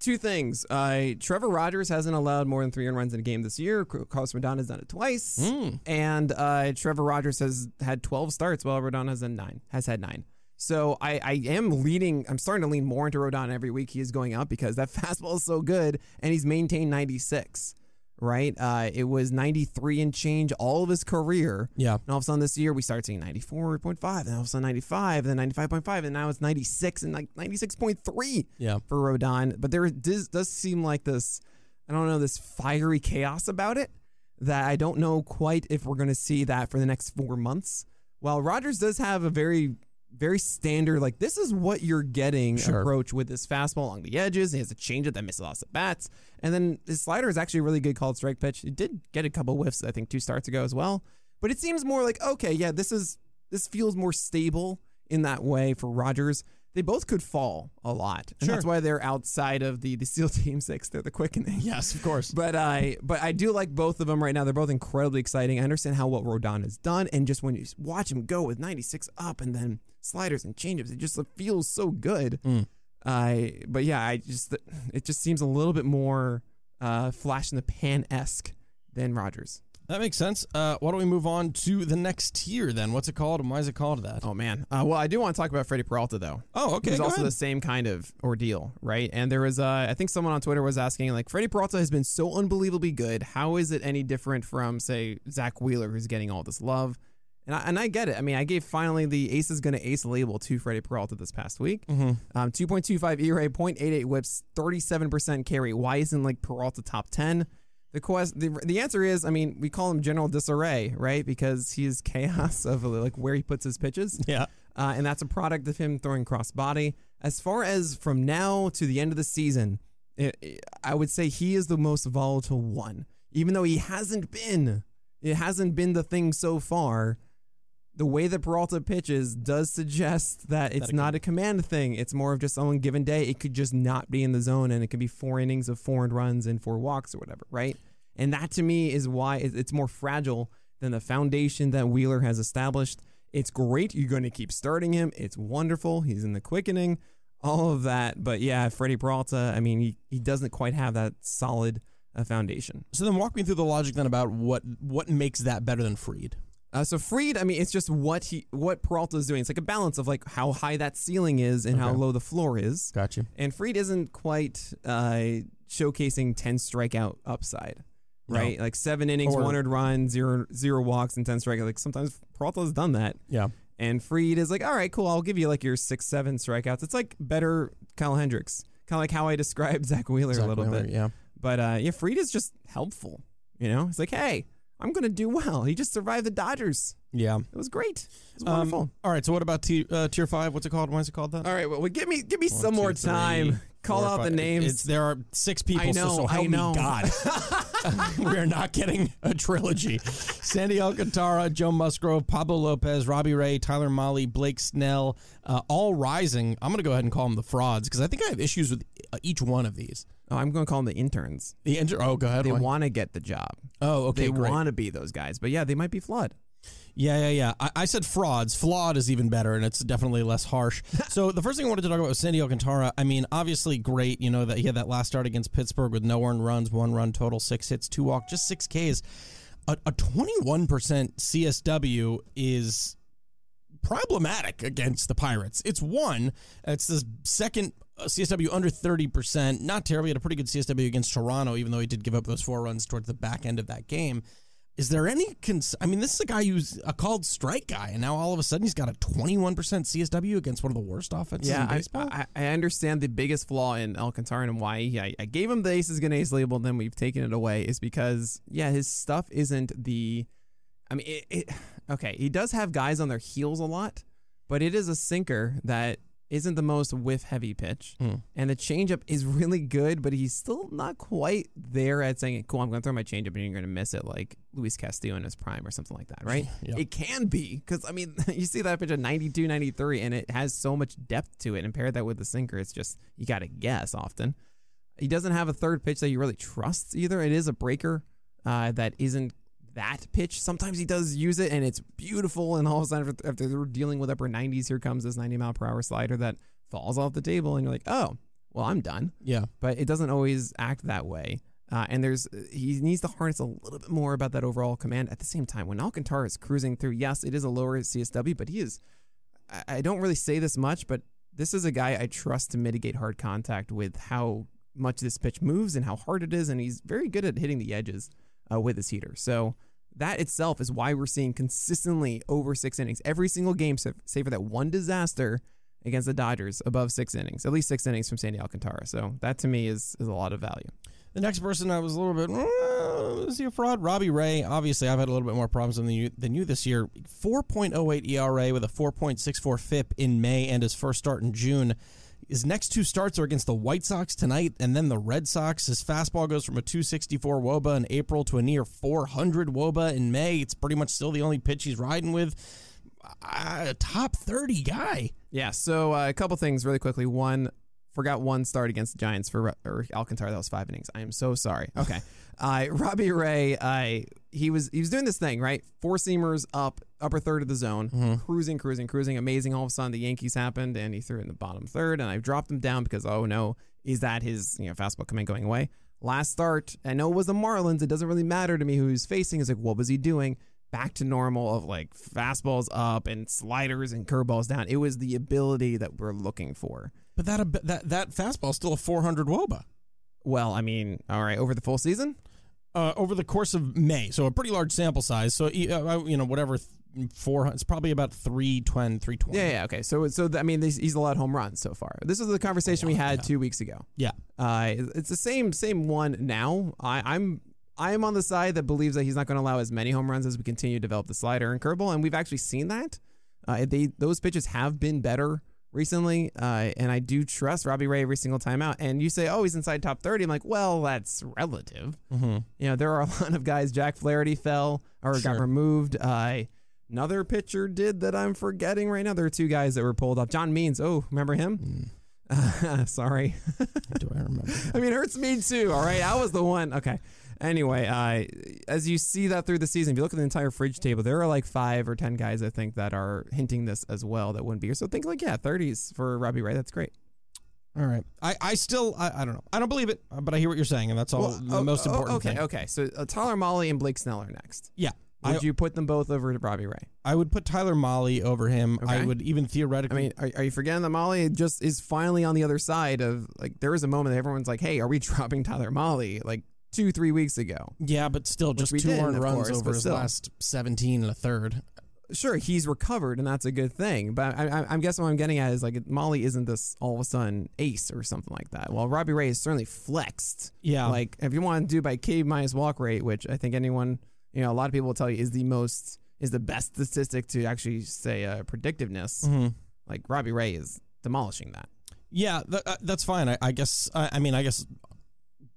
Speaker 2: two things. Uh, Trevor Rogers hasn't allowed more than three earned runs in a game this year. C- Carlos Rodon has done it twice, and uh, Trevor Rogers has had 12 starts, while Rodon has done nine. Has had nine. So I, I am leaning. I'm starting to lean more into Rodon every week. He is going up because that [LAUGHS] fastball is so good, and he's maintained 96. Right? Uh, it was 93 and change all of his career.
Speaker 1: Yeah.
Speaker 2: And all of a sudden this year we started seeing 94.5, and all of a sudden 95, and then 95.5, and now it's 96 and like 96.3
Speaker 1: Yeah.
Speaker 2: for Rodon. But there does, does seem like this, I don't know, this fiery chaos about it that I don't know quite if we're going to see that for the next four months. While Rogers does have a very, very standard, like this is what you're getting
Speaker 1: Sure.
Speaker 2: approach with his fastball along the edges. He has a changeup that misses lots of bats, and then his slider is actually a really good called strike pitch. It did get a couple whiffs, I think, two starts ago as well. But it seems more like okay, yeah, this is this feels more stable in that way for Rogers. They both could fall a lot, and that's
Speaker 1: Sure.
Speaker 2: why they're outside of the [LAUGHS] the SEAL Team Six. They're the quickening.
Speaker 1: Yes, of course.
Speaker 2: But I but I do like both of them right now. They're both incredibly exciting. I understand how well Rodon has done, and just when you watch him go with 96 up and then sliders and changeups, it just feels so good. I but yeah, I just it just seems a little bit more uh, flash in the pan esque than Rogers.
Speaker 1: That makes sense. Uh, why don't we move on to the next tier then? What's it called and why is it called that?
Speaker 2: Oh man. Uh, well, I do want to talk about Freddie Peralta though.
Speaker 1: Oh, okay.
Speaker 2: It was
Speaker 1: go
Speaker 2: also
Speaker 1: ahead.
Speaker 2: the same kind of ordeal, right? And there was, uh, I think someone on Twitter was asking, like, Freddie Peralta has been so unbelievably good. How is it any different from, say, Zach Wheeler, who's getting all this love? And I, and I get it. I mean, I gave finally the ace is going to ace label to Freddie Peralta this past week.
Speaker 1: Mm-hmm.
Speaker 2: Um, 2.25 ERA, 0.88 whips, 37% carry. Why isn't like Peralta top 10? The quest, the, the answer is, I mean, we call him general disarray, right? Because he is chaos [LAUGHS] of like where he puts his pitches
Speaker 1: yeah.
Speaker 2: uh, and that's a product of him throwing crossbody. As far as from now to the end of the season, i i I would say he is the most volatile one. Even though he hasn't been, it hasn't been the thing so far. The way that Peralta pitches does suggest that it's not a command thing. It's more of just on a given day, it could just not be in the zone, and it could be four innings of four earned runs and four walks or whatever, right? And that to me is why it- it's more fragile than the foundation that Wheeler has established. It's great. You're going to keep starting him. It's wonderful. He's in the quickening, all of that. But yeah, Freddie Peralta, I mean, he, he doesn't quite have that solid uh, foundation.
Speaker 1: So then walk me through the logic then about what what makes that better than Freed.
Speaker 2: Uh, so Freed, I mean, it's just what he what Peralta is doing. It's like a balance of like how high that ceiling is and how low the floor is.
Speaker 1: Gotcha.
Speaker 2: And Freed isn't quite uh, showcasing 10 strikeout upside, right? Like seven innings,
Speaker 1: Or-
Speaker 2: one earned run, zero, zero walks, and 10 strikeouts. Like sometimes Peralta's done that.
Speaker 1: Yeah.
Speaker 2: And Freed is like, all right, cool. I'll give you like your six, seven strikeouts. It's like better Kyle Hendricks, kind of like how I described [LAUGHS] Zach Wheeler a little bit.
Speaker 1: Yeah.
Speaker 2: But uh, yeah, Freed is just helpful. You know, he's like, hey, I'm going to do well. He just survived the Dodgers.
Speaker 1: Yeah.
Speaker 2: It was great. It was
Speaker 1: Um,
Speaker 2: wonderful.
Speaker 1: all right. So what about tier, uh, tier five? What's it called? Why is it called that?
Speaker 2: all right, well, give me give me some
Speaker 1: Two,
Speaker 2: more
Speaker 1: three,
Speaker 2: time. Call
Speaker 1: four,
Speaker 2: out the
Speaker 1: five.
Speaker 2: names.
Speaker 1: It's, there are six people.
Speaker 2: I
Speaker 1: so,
Speaker 2: know,
Speaker 1: so
Speaker 2: I
Speaker 1: help
Speaker 2: know.
Speaker 1: me
Speaker 2: [LAUGHS]
Speaker 1: God. [LAUGHS] we are not getting a trilogy. Sandy Alcantara, Joe Musgrove, Pablo Lopez, Robbie Ray, Tyler Molly, Blake Snell, uh, all rising. I'm going to go ahead and call them the frauds because I think I have issues with uh, each one of these.
Speaker 2: oh, I'm going to call them the interns.
Speaker 1: The inter- oh, go ahead.
Speaker 2: They
Speaker 1: Why?
Speaker 2: want to get the job.
Speaker 1: oh, okay.
Speaker 2: they
Speaker 1: great.
Speaker 2: want to be those guys. But yeah, they might be flawed.
Speaker 1: Yeah, yeah, yeah. I, I said frauds. Flawed is even better, and it's definitely less harsh. so the first thing I wanted to talk about was Sandy Alcantara. I mean, obviously great. You know that he had that last start against Pittsburgh with no earned runs, one run total, six hits, two walk, just six Ks. A a twenty-one percent CSW is problematic against the Pirates. It's one. It's the second uh, CSW under 30%. Not terrible. He had a pretty good CSW against Toronto, even though he did give up those four runs towards the back end of that game. Is there any cons- I mean, this is a guy who's a called strike guy, and now all of a sudden he's got a 21% CSW against one of the worst offenses in
Speaker 2: I,
Speaker 1: baseball?
Speaker 2: I, I understand the biggest flaw in Alcantara and why he- I, I gave him the ace is going to ace label and then we've taken it away is because, yeah, his stuff isn't the. I mean, it, it, [SIGHS] okay, he does have guys on their heels a lot, but it is a sinker that isn't the most whiff heavy pitch. And the changeup is really good, but he's still not quite there at saying, cool, I'm going to throw my changeup and you're going to miss it like Luis Castillo in his prime or something like that, right? It can be because, I mean, [LAUGHS] you see that pitch at 92, 93, and it has so much depth to it. And pair that with the sinker, it's just, you got to guess often. He doesn't have a third pitch that he really trusts either. It is a breaker uh, that isn't that pitch. Sometimes he does use it and it's beautiful. And all of a sudden, after, after they're dealing with upper 90s, here comes this 90 mile per hour slider that falls off the table. And you're like, oh, well, I'm done.
Speaker 1: yeah.
Speaker 2: But it doesn't always act that way. Uh, and there's he needs to harness a little bit more about that overall command. At the same time, when Alcantara is cruising through, yes, it is a lower CSW, but he is I- I don't really say this much, but this is a guy I trust to mitigate hard contact with how much this pitch moves and how hard it is, and he's very good at hitting the edges uh, with his heater. So that itself is why we're seeing consistently over six innings every single game, sa- save for that one disaster against the Dodgers, above six innings, at least six innings from Sandy Alcantara. So that to me is is a lot of value.
Speaker 1: The next person I was a little bit, "Mm, is he a fraud? Robbie Ray. Obviously, I've had a little bit more problems than you, than you this year. 4.08 ERA with E a 4.64 FIP in May and his first start in June. His next two starts are against the White Sox tonight and then the Red Sox. His fastball goes from a 264 Woba in April to a near 400 Woba in May. It's pretty much still the only pitch he's riding with. Uh, a top 30 guy.
Speaker 2: Yeah. So uh, a couple things really quickly. One, forgot one start against the Giants for or Alcantara. That was five innings. I am so sorry. Okay. uh, Robbie Ray. I he was he was doing this thing right. Four seamers up upper third of the zone, cruising, cruising, cruising. Amazing. All of a sudden the Yankees happened and he threw it in the bottom third and I dropped him down because oh no, is that his you know fastball coming going away? Last start, I know it was the Marlins. It doesn't really matter to me who he's facing. It's like what was he doing? back to normal of like fastballs up and sliders and curveballs down. It was the ability that we're looking for.
Speaker 1: But that, ab- that, that fastball's still a 400 Woba.
Speaker 2: Well, I mean, all right, over the full season?
Speaker 1: uh, over the course of May, so a pretty large sample size. So uh, I- you know, whatever, th- four. It's probably about 310, 320.
Speaker 2: Yeah, yeah, okay. So, so I mean, this, he's allowed home runs so far. This is the conversation we had two weeks ago.
Speaker 1: yeah. [LAUGHS]
Speaker 2: Uh, it's the same same one now. I, I'm I am on the side that believes that he's not going to allow as many home runs as we continue to develop the slider and curveball, and we've actually seen that. Uh, they those pitches have been better recently, uh, and I do trust Robbie Ray every single time out. And you say, oh, he's inside top thirty. I'm like, well, that's relative. You know, there are a [LAUGHS] lot of guys. Jack Flaherty fell or got
Speaker 1: Sure.
Speaker 2: removed. Uh, another pitcher did that I'm forgetting right now. There are two guys that were pulled off. John Means. Oh, remember him? [LAUGHS] sorry.
Speaker 1: Do I remember?
Speaker 2: [LAUGHS] I mean, it hurts me too. All right, I was the one. Okay. Anyway, uh, as you see that through the season, if you look at the entire fridge table, there are like five or ten guys I think that are hinting this as well that wouldn't be here. So think like yeah, thirties for Robbie Ray. That's great.
Speaker 1: All right. I, I still I, I don't know. I don't believe it, uh, but I hear what you're saying, and that's all the
Speaker 2: oh,
Speaker 1: most
Speaker 2: oh,
Speaker 1: important
Speaker 2: okay,
Speaker 1: thing.
Speaker 2: okay. So uh, Tyler Molly and Blake Snell are next.
Speaker 1: Yeah.
Speaker 2: Would
Speaker 1: I,
Speaker 2: you put them both over to Robbie Ray?
Speaker 1: I would put Tyler Molly over him. I
Speaker 2: Okay.
Speaker 1: would even
Speaker 2: I
Speaker 1: theoretically.
Speaker 2: mean, are, are you forgetting that Molly just is finally on the other side of like there is a moment that everyone's like, hey, are we [LAUGHS] dropping Tyler Molly like two three weeks ago?
Speaker 1: yeah, but still, just
Speaker 2: we
Speaker 1: two
Speaker 2: didn't,
Speaker 1: earned
Speaker 2: of
Speaker 1: runs
Speaker 2: course,
Speaker 1: over
Speaker 2: but
Speaker 1: his
Speaker 2: still.
Speaker 1: last 17 and a third.
Speaker 2: sure he's recovered and that's a good thing but I, I, i'm guessing what i'm getting at is like molly isn't this all of a sudden ace or something like that well robbie ray is certainly flexed
Speaker 1: Yeah.
Speaker 2: like if you want to do by k minus walk rate which i think anyone you know a lot of people will tell you is the most is the best statistic to actually say uh, predictiveness like robbie ray is demolishing that
Speaker 1: Yeah, th- uh, that's fine. I, I guess. I, I mean, I guess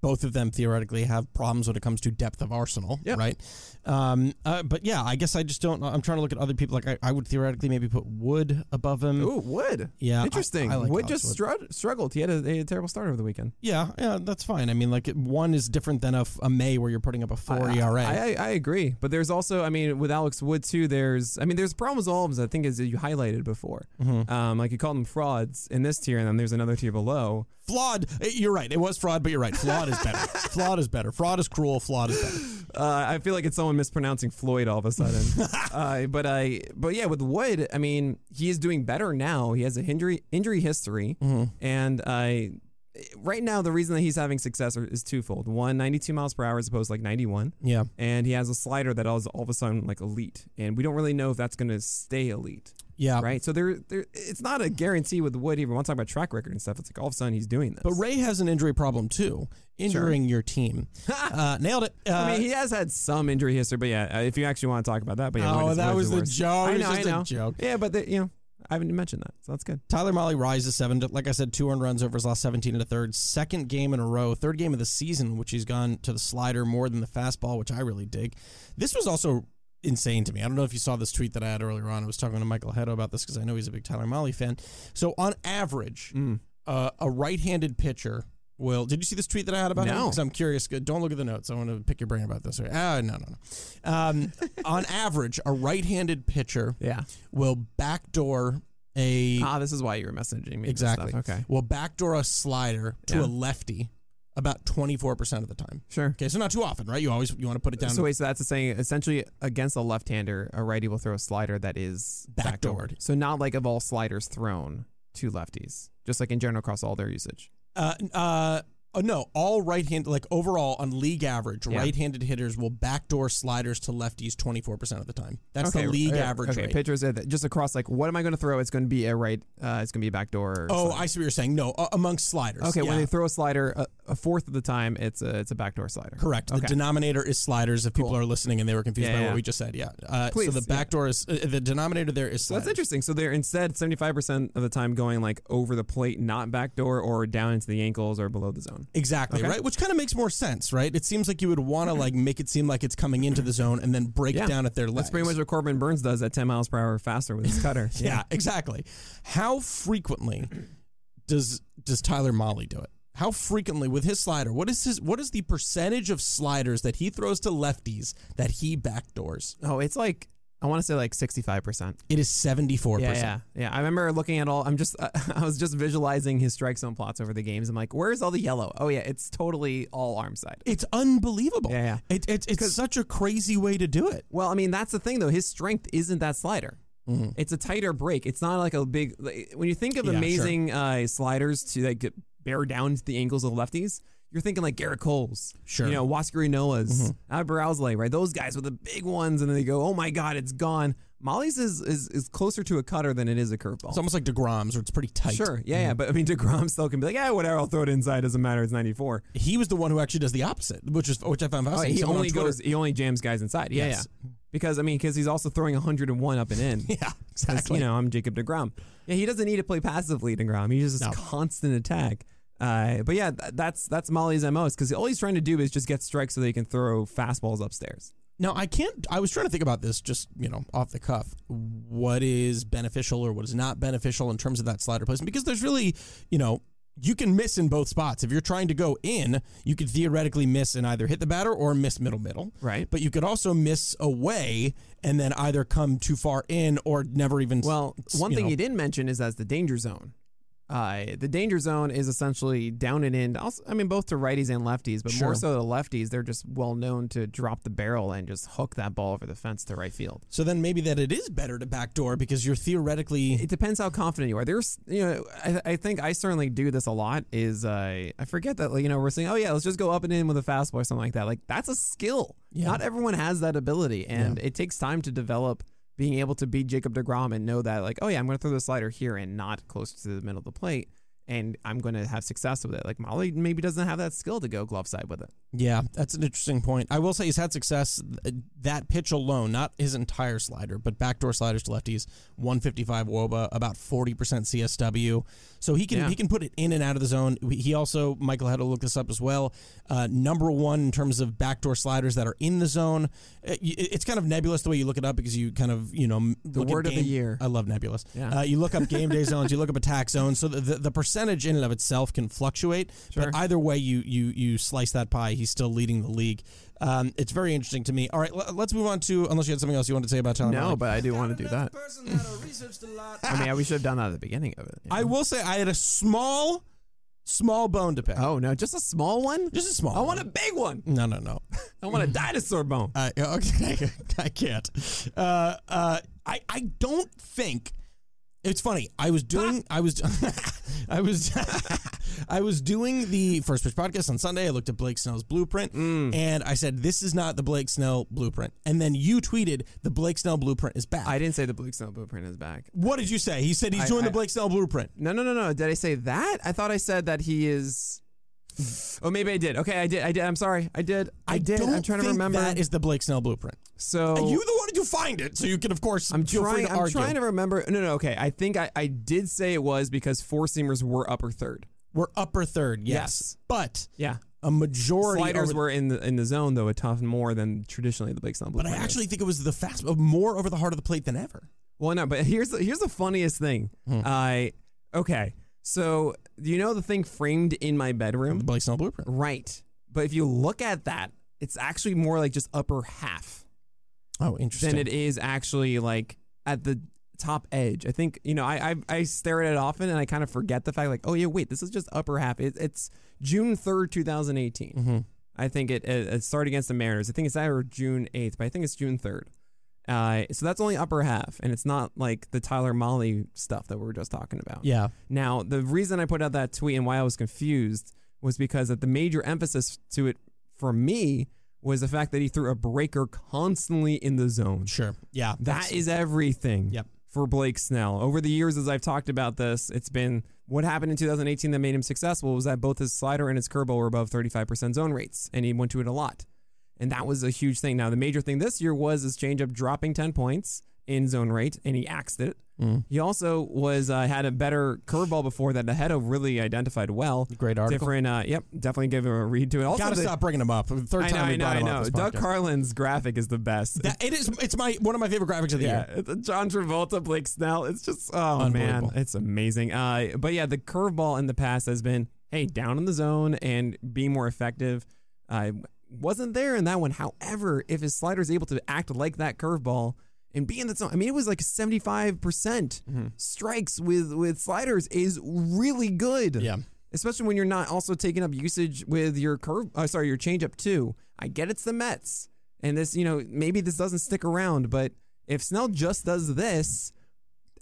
Speaker 1: both of them theoretically have problems when it comes to depth of arsenal,
Speaker 2: Yeah.
Speaker 1: right? Um, uh, but yeah, I guess I just don't. I'm trying to look at other people. Like I, I would theoretically maybe put Wood above him.
Speaker 2: Ooh, Wood.
Speaker 1: Yeah, I-
Speaker 2: Interesting.
Speaker 1: I like
Speaker 2: Wood
Speaker 1: Alex
Speaker 2: just
Speaker 1: Wood.
Speaker 2: strud- struggled. He had a, a terrible start over the weekend.
Speaker 1: Yeah, yeah, that's fine. I mean, like one is different than a, f- a May where you're putting up a four ERA.
Speaker 2: I, I, I agree, but there's also, I mean, with Alex Wood too. There's, I mean, there's problems with all of them. I think as you highlighted before, um, like you called them frauds in this tier, and then there's another tier below.
Speaker 1: flawed. eh, You're right. It was fraud, but you're right. Flawed is
Speaker 2: [LAUGHS]
Speaker 1: better. flawed is better. Fraud is cruel. Flawed is better.
Speaker 2: Uh, I feel like it's someone mispronouncing Floyd all of a sudden. uh, but I, but yeah, with Wood, I mean, he is doing better now. He has a injury injury history, and I. Right now, the reason that he's having success are- is twofold. One, 92 miles per hour as opposed to like 91.
Speaker 1: Yeah.
Speaker 2: And he has a slider that is all of a sudden like elite. And we don't really know if that's going to stay elite.
Speaker 1: Yeah.
Speaker 2: right? So there, there, it's not a guarantee with Wood. Even want to talk about track record and stuff. It's like all of a sudden he's doing this.
Speaker 1: But Ray has an injury problem too, injuring your
Speaker 2: [LAUGHS]
Speaker 1: team. uh, nailed it. Uh,
Speaker 2: I mean, he has had some injury history. But yeah, uh, if you actually want to talk about that, but yeah,
Speaker 1: Oh,
Speaker 2: Wood is-
Speaker 1: that
Speaker 2: Wood
Speaker 1: was
Speaker 2: is
Speaker 1: the
Speaker 2: worst.
Speaker 1: joke. It
Speaker 2: I
Speaker 1: was
Speaker 2: know,
Speaker 1: just
Speaker 2: I
Speaker 1: a
Speaker 2: know.
Speaker 1: joke.
Speaker 2: Yeah, but the, you know, I haven't mentioned that, so that's good.
Speaker 1: Tyler Molly rises seven to, like I said, two earned runs over his last 17 and a third. Second game in a row, third game of the season, which he's gone to the slider more than the fastball, which I really dig. This was also insane to me. I don't know if you saw this tweet that I had earlier on. I was talking to Michael Hedo about this because I know he's a big Tyler Molly fan. So on average, uh, a right handed pitcher. will. did you see this tweet that I had about him?
Speaker 2: No.
Speaker 1: Because I'm curious. Don't look at the notes. I want to pick your brain about this. Ah, no, no, no. Um, [LAUGHS] on average, a right-handed pitcher
Speaker 2: Yeah.
Speaker 1: will backdoor a
Speaker 2: Ah, this is why you were messaging me. and
Speaker 1: exactly
Speaker 2: Stuff. Okay.
Speaker 1: will backdoor a slider to
Speaker 2: Yeah.
Speaker 1: a lefty about 24% of the time.
Speaker 2: Sure.
Speaker 1: Okay, so not too often, right? You always you want to put it down
Speaker 2: So wait, so that's the saying essentially against a left-hander, a righty will throw a slider that is
Speaker 1: backdoored.
Speaker 2: so not like of all sliders thrown to lefties, just like in general across all their usage.
Speaker 1: Uh, uh, oh, no, all right handed, like overall on league average,
Speaker 2: Yeah.
Speaker 1: right handed hitters will backdoor sliders to lefties 24% of the time. That's the league
Speaker 2: yeah,
Speaker 1: average
Speaker 2: Okay,
Speaker 1: rate.
Speaker 2: pitchers are th- just across like what am I going to throw? It's going to be a right. Uh, it's going to be a backdoor.
Speaker 1: Oh, I see what you're saying. No, uh, amongst sliders.
Speaker 2: okay.
Speaker 1: yeah.
Speaker 2: When they throw a slider, a, a fourth of the time it's a it's a backdoor slider.
Speaker 1: Correct. The
Speaker 2: Okay.
Speaker 1: denominator is sliders. If people are listening and they were confused
Speaker 2: Yeah,
Speaker 1: by
Speaker 2: yeah.
Speaker 1: what we just said, yeah. Uh, so
Speaker 2: Please,
Speaker 1: the
Speaker 2: yeah.
Speaker 1: backdoor is uh, the denominator there is
Speaker 2: So
Speaker 1: sliders.
Speaker 2: that's interesting. So they're instead 75% of the time going like over the plate, not backdoor or down into the ankles or below the zone.
Speaker 1: Exactly,
Speaker 2: Okay. Mm-hmm.
Speaker 1: right? Which kind of makes more sense, right? It seems like you would want to like make it seem like it's coming into the zone and then break
Speaker 2: Yeah.
Speaker 1: down at their legs.
Speaker 2: That's pretty much what Corbin Burns does at 10 miles per hour faster with
Speaker 1: [LAUGHS]
Speaker 2: his cutter.
Speaker 1: yeah. exactly. How frequently does does Tyler Molly do it? How frequently with his slider? What is his what is the percentage of sliders that he throws to lefties that he backdoors?
Speaker 2: Oh, it's like I want to say like 65%.
Speaker 1: It is 74%.
Speaker 2: Yeah, yeah, yeah. I remember looking at all. I'm just, [LAUGHS] I was just visualizing his strike zone plots over the games. I'm like, where's all the yellow? Oh yeah, it's totally all arm side.
Speaker 1: It's unbelievable.
Speaker 2: Yeah, yeah.
Speaker 1: It, it, it's such a crazy way to do it.
Speaker 2: Well, I mean, that's the thing though. His strength isn't that slider. It's a tighter break. It's not like a big. Like, when you think of
Speaker 1: Mm-hmm. Yeah, sure.
Speaker 2: amazing uh, sliders to like get- bear down to the ankles of lefties, you're thinking like Garrett Cole's,
Speaker 1: Sure. Mm-hmm.
Speaker 2: you know, Waskari Noah's, Albert Alzolay, right? Those guys with the big ones, and then they go, oh my god, it's gone. Molly's is is, is closer to a cutter than it is a curveball.
Speaker 1: It's almost like DeGrom's, or it's pretty tight.
Speaker 2: Sure, yeah,
Speaker 1: Mm-hmm.
Speaker 2: yeah, but I mean, Degrom still can be like, yeah, whatever, I'll throw it inside. Doesn't matter. It's ninety four.
Speaker 1: He was the one who actually does the opposite, which is which I found
Speaker 2: Oh,
Speaker 1: fascinating.
Speaker 2: he
Speaker 1: Someone on
Speaker 2: only
Speaker 1: Twitter-
Speaker 2: goes, he only jams guys inside. Yeah,
Speaker 1: Yes.
Speaker 2: yeah. Because I mean, because he's also throwing hundred and one up and in.
Speaker 1: [LAUGHS] Yeah,
Speaker 2: 'Cause,
Speaker 1: exactly.
Speaker 2: You know, I'm Jacob Degrom. Yeah, he doesn't need to play passively Degrom. He's just
Speaker 1: No.
Speaker 2: constant attack. Uh, but yeah, th- that's that's Molly's mo because all he's trying to do is just get strikes so they can throw fastballs upstairs.
Speaker 1: Now I can't. I was trying to think about this, just you know, off the cuff. What is beneficial or what is not beneficial in terms of that slider placement? Because there's really, you know, you can miss in both spots. If you're trying to go in, you could theoretically miss and either hit the batter or miss middle middle.
Speaker 2: Right.
Speaker 1: But you could also miss away and then either come too far in or never even.
Speaker 2: Well,
Speaker 1: s-
Speaker 2: one
Speaker 1: you
Speaker 2: thing
Speaker 1: know.
Speaker 2: you didn't mention is that's the danger zone. Uh, the danger zone is essentially down and in. Also, I mean, both to righties and lefties, but
Speaker 1: Sure.
Speaker 2: more so to lefties. They're just well known to drop the barrel and just hook that ball over the fence to right field.
Speaker 1: So then maybe that it is better to backdoor because you're theoretically.
Speaker 2: It depends how confident you are. There's, you know, I, I think I certainly do this a lot. Is uh, I forget that like, you know we're saying, oh yeah, let's just go up and in with a fastball or something like that. Like that's a skill.
Speaker 1: Yeah.
Speaker 2: Not everyone has that ability, and it takes time to develop being able to be Jacob Degrom and know that like, oh yeah, I'm going to throw the slider here and not close to the middle of the plate, and I'm going to have success with it. Like Molly maybe doesn't have that skill to go glove side with it.
Speaker 1: Yeah, that's an interesting point. I will say he's had success th- that pitch alone, not his entire slider, but backdoor sliders to lefties, 155 woba, about 40% CSW. So he can
Speaker 2: Yeah.
Speaker 1: he can put it in and out of the zone. We- He also Michael had to look this up as well. Uh, number one in terms of backdoor sliders that are in the zone. Uh, y- It's kind of nebulous the way you look it up because you kind of you know m- look at
Speaker 2: word of the
Speaker 1: game-
Speaker 2: year.
Speaker 1: I love nebulous.
Speaker 2: Yeah.
Speaker 1: Uh, you look up game day zones, you look up attack zones. So the, the, the percentage in and of itself can fluctuate. But either way, you you you slice that pie, he's still leading the league. Um, it's very interesting to me. All right, l- let's move on to unless you had something else you wanted to say about Tyler.
Speaker 2: No,
Speaker 1: Murray.
Speaker 2: but I do want to do
Speaker 1: [LAUGHS]
Speaker 2: that. I mean, we should have done that at the beginning of it. you
Speaker 1: I
Speaker 2: know?
Speaker 1: will say I had a small, small bone to pick.
Speaker 2: oh no, just a small one.
Speaker 1: Just a small.
Speaker 2: I want a
Speaker 1: one.
Speaker 2: big one.
Speaker 1: No, no, no. [LAUGHS]
Speaker 2: I want a dinosaur bone.
Speaker 1: I Uh, [LAUGHS] okay, I can't. Uh, uh, I I don't think it's funny. I was doing I was [LAUGHS] I was [LAUGHS] I was doing the first pitch podcast on Sunday. I looked at Blake Snell's blueprint
Speaker 2: Mm.
Speaker 1: and I said this is not the Blake Snell blueprint. And then you tweeted the Blake Snell blueprint is back.
Speaker 2: I didn't say the Blake Snell blueprint is back.
Speaker 1: what did you say? He said he's
Speaker 2: I-
Speaker 1: doing the
Speaker 2: I-
Speaker 1: Blake Snell blueprint.
Speaker 2: No, no, no, no. Did I say that? I thought I said that he is. Oh, maybe I did. Okay, I did. I did. I'm sorry. I did. I, did.
Speaker 1: don't
Speaker 2: I'm trying
Speaker 1: think
Speaker 2: to remember.
Speaker 1: That is the Blake Snell blueprint.
Speaker 2: so
Speaker 1: you the one to find it, so you can of course.
Speaker 2: I'm
Speaker 1: feel free
Speaker 2: trying.
Speaker 1: to
Speaker 2: I'm
Speaker 1: argue.
Speaker 2: trying to remember. No, no. Okay, I think I, I did say it was because four seamers were upper third.
Speaker 1: We're upper third, yes,
Speaker 2: Yes.
Speaker 1: but.
Speaker 2: Yeah.
Speaker 1: A majority
Speaker 2: Sliders
Speaker 1: over-
Speaker 2: were in the in the zone though a tough more than traditionally the Blake Snell
Speaker 1: But
Speaker 2: blueprint.
Speaker 1: I
Speaker 2: is.
Speaker 1: actually think it was the fast uh, more over the heart of the plate than ever.
Speaker 2: Well, no, but here's the, here's the funniest thing.
Speaker 1: Hmm.
Speaker 2: I okay, so you know the thing framed in my bedroom,
Speaker 1: Blake Snell blueprint.
Speaker 2: right? But if you look at that, it's actually more like just upper half
Speaker 1: Oh,
Speaker 2: than
Speaker 1: interesting.
Speaker 2: it is actually like at the top edge. I think you know I I, I stare at it often and I kind of forget the fact like oh yeah wait this is just upper half. It, it's June third, two thousand eighteen. I think it, it it started against the Mariners. I think it's either June eighth, but I think it's June third. Uh, so that's only upper half, and it's not like the Tyler Molly stuff that we were just talking about.
Speaker 1: Yeah.
Speaker 2: Now, the reason I put out that tweet and why I was confused was because that the major emphasis to it for me was the fact that he threw a breaker constantly in the zone.
Speaker 1: Sure. Yeah.
Speaker 2: That is everything.
Speaker 1: Yep.
Speaker 2: For Blake Snell. Over the years, as I've talked about this, it's been what happened in 2018 that made him successful was that both his slider and his curveball were above 35% zone rates, and he went to it a lot. And that was a huge thing. Now, the major thing this year was his changeup dropping 10 points in zone rate, and he axed it.
Speaker 1: Mm-hmm.
Speaker 2: He also was uh, had a better curveball before that the Hedo really identified well.
Speaker 1: Great article.
Speaker 2: Different, uh, yep, definitely give him a read to it. Also,
Speaker 1: Gotta
Speaker 2: the-
Speaker 1: stop bringing him up. Third time
Speaker 2: I know,
Speaker 1: we brought
Speaker 2: I know, I
Speaker 1: him up.
Speaker 2: know.
Speaker 1: this
Speaker 2: Doug
Speaker 1: podcast.
Speaker 2: Carlin's graphic is the best.
Speaker 1: That- it is. It's my one of my favorite graphics of the
Speaker 2: Yeah,
Speaker 1: year.
Speaker 2: it's a John Travolta, Blake Snell. It's just oh man,
Speaker 1: Unbelievable.
Speaker 2: it's amazing. Uh, but yeah, the curveball in the past has been hey down in the zone and be more effective. I wasn't there in that one. However, if his slider is able to act like that curveball and be in the zone, I mean, it was like seventy five percent strikes with with sliders is really good.
Speaker 1: Yeah.
Speaker 2: Especially when you're not also taking up usage with your curve, uh, sorry, your changeup too. I get it's the Mets, and this, you know, maybe this doesn't stick around, but if Snell just does this,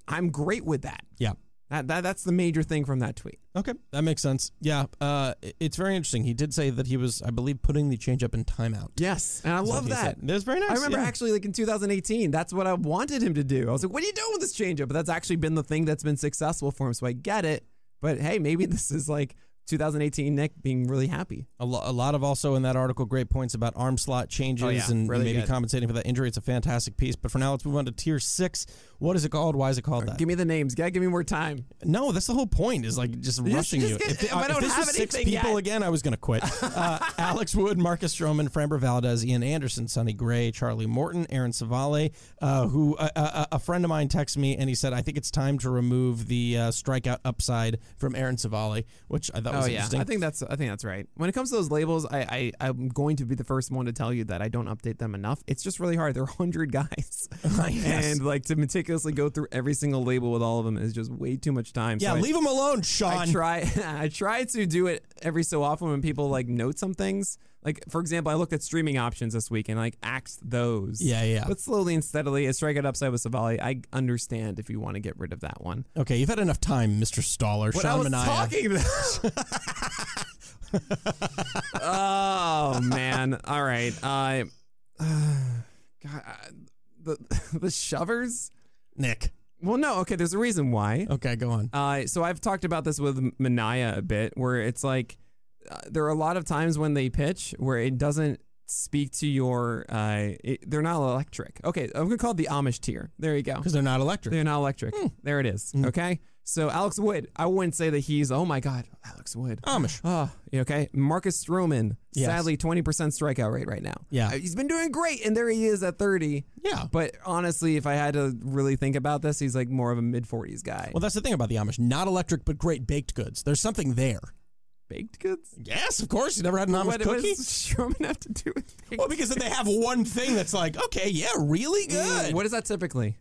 Speaker 2: I'm great with that.
Speaker 1: Yeah.
Speaker 2: That, that that's the major thing from that tweet.
Speaker 1: Okay, that makes sense. Yeah, uh, it- it's very interesting. He did say that he was, I believe, putting the changeup in timeout.
Speaker 2: Yes, and I love
Speaker 1: He
Speaker 2: that.
Speaker 1: said- That's very nice.
Speaker 2: I remember
Speaker 1: yeah.
Speaker 2: actually, like in 2018, that's what I wanted him to do. I was like, "What are you doing with this changeup?" But that's actually been the thing that's been successful for him. So I get it. But hey, maybe [LAUGHS] this is like 2018 Nick being really happy.
Speaker 1: A, lo- a lot of also in that article great points about arm slot changes
Speaker 2: Oh, yeah.
Speaker 1: and
Speaker 2: Really
Speaker 1: maybe
Speaker 2: good.
Speaker 1: compensating for that injury. It's a fantastic piece. But for now, let's move on to tier six. What is it called? Why is it called that?
Speaker 2: Give me the names. Gotta give me more time.
Speaker 1: No, that's the whole point. Is like just rushing
Speaker 2: just
Speaker 1: you.
Speaker 2: get-
Speaker 1: if,
Speaker 2: if I don't
Speaker 1: this
Speaker 2: have
Speaker 1: was six
Speaker 2: anything
Speaker 1: people
Speaker 2: yet.
Speaker 1: again, I was going to
Speaker 2: [LAUGHS]
Speaker 1: quit. Uh, Alex Wood, Marcus Stroman, Framber Valdez, Ian Anderson, Sonny Gray, Charlie Morton, Aaron Savale, uh, who uh, uh, a friend of mine texted me and he said, "I think it's time to remove the uh, strikeout upside from Aaron Savale," which I thought was interesting.
Speaker 2: Oh, I think that's I think that's right. When it comes to those labels, I, I I'm going to be the first one to tell you that I don't update them enough. It's just really hard. There are hundred guys,
Speaker 1: [LAUGHS] [LAUGHS] Yes.
Speaker 2: and like to meticulously go through every single label with all of them is just way too much time.
Speaker 1: yeah,
Speaker 2: So I-
Speaker 1: leave him alone,
Speaker 2: I
Speaker 1: Sean.
Speaker 2: try [LAUGHS] I try to do it every so often when people like note some things. Like for example, I looked at streaming options this week and like axed those.
Speaker 1: Yeah, yeah.
Speaker 2: But slowly and steadily, a strikeout upside with Savali. I understand if you want to get rid of that one.
Speaker 1: okay, you've had enough time, Mister Staller.
Speaker 2: What
Speaker 1: Sean
Speaker 2: I was
Speaker 1: Mania.
Speaker 2: talking about.
Speaker 1: [LAUGHS]
Speaker 2: oh man! All right. I. [SIGHS] God, I- the [LAUGHS] the shovers.
Speaker 1: Nick.
Speaker 2: Well, no. Okay, there's a reason why.
Speaker 1: Okay, go on.
Speaker 2: Uh, so I've talked about this with Manaya a bit, where it's like uh, there are a lot of times when they pitch where it doesn't speak to your. Uh, it, they're not electric. Okay, I'm gonna call it the Amish tier. There you go.
Speaker 1: Because they're not electric.
Speaker 2: They're not electric.
Speaker 1: Hmm.
Speaker 2: There it is. Okay. So Alex Wood, I wouldn't say that he's. Oh my God, Alex Wood.
Speaker 1: Amish.
Speaker 2: Oh, okay. Marcus Stroman,
Speaker 1: Yes.
Speaker 2: sadly, 20% strikeout rate right now.
Speaker 1: Yeah.
Speaker 2: Uh, He's been doing great, and there he is at 30.
Speaker 1: Yeah.
Speaker 2: But honestly, if I had to really think about this, he's like more of a mid 40s guy.
Speaker 1: Well, that's the thing about the Amish. Not electric, but great baked goods. There's something there.
Speaker 2: baked goods?
Speaker 1: Yes, of course. You never had an Amish
Speaker 2: What, what
Speaker 1: cookie?
Speaker 2: does Stroman have to do with
Speaker 1: [LAUGHS]
Speaker 2: baked
Speaker 1: well, because they have one thing that's like, okay, yeah, really good.
Speaker 2: What is that typically?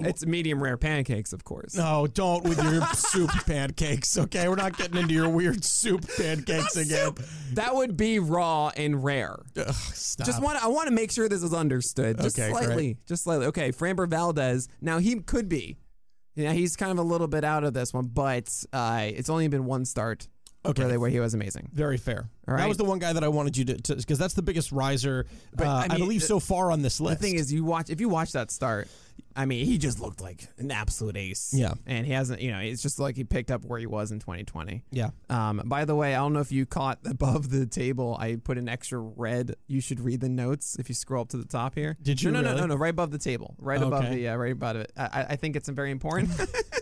Speaker 2: It's medium rare pancakes, of course.
Speaker 1: no, don't with [LAUGHS] your soup pancakes, okay? We're not getting into your weird [LAUGHS] soup pancakes again.
Speaker 2: That would be raw and rare.
Speaker 1: Ugh, stop.
Speaker 2: Just want I want to make sure this is understood. Just
Speaker 1: Okay, great.
Speaker 2: slightly. Just slightly. Okay, Framber Valdez. Now he could be. Yeah, he's kind of a little bit out of this one, but uh, it's only been one start.
Speaker 1: Okay.
Speaker 2: Really, where he was amazing.
Speaker 1: Very fair.
Speaker 2: All
Speaker 1: That
Speaker 2: right.
Speaker 1: was the one guy that I wanted you to, because that's the biggest riser, uh, I,
Speaker 2: I mean,
Speaker 1: believe,
Speaker 2: the-
Speaker 1: so far on this
Speaker 2: The
Speaker 1: list.
Speaker 2: thing is, you watch if you watch that start. I mean, he just looked like an absolute ace.
Speaker 1: Yeah.
Speaker 2: and he hasn't. You know, it's just like he picked up where he was in 2020.
Speaker 1: yeah.
Speaker 2: Um, by the way, I don't know if you caught [LAUGHS] above the table. I put an extra red. You should read the notes if you scroll up to the top here.
Speaker 1: Did you
Speaker 2: No, no,
Speaker 1: really?
Speaker 2: no, no, no. Right above the table. Right above
Speaker 1: Okay.
Speaker 2: the. Uh, right above it. I, I- I think it's very important. [LAUGHS]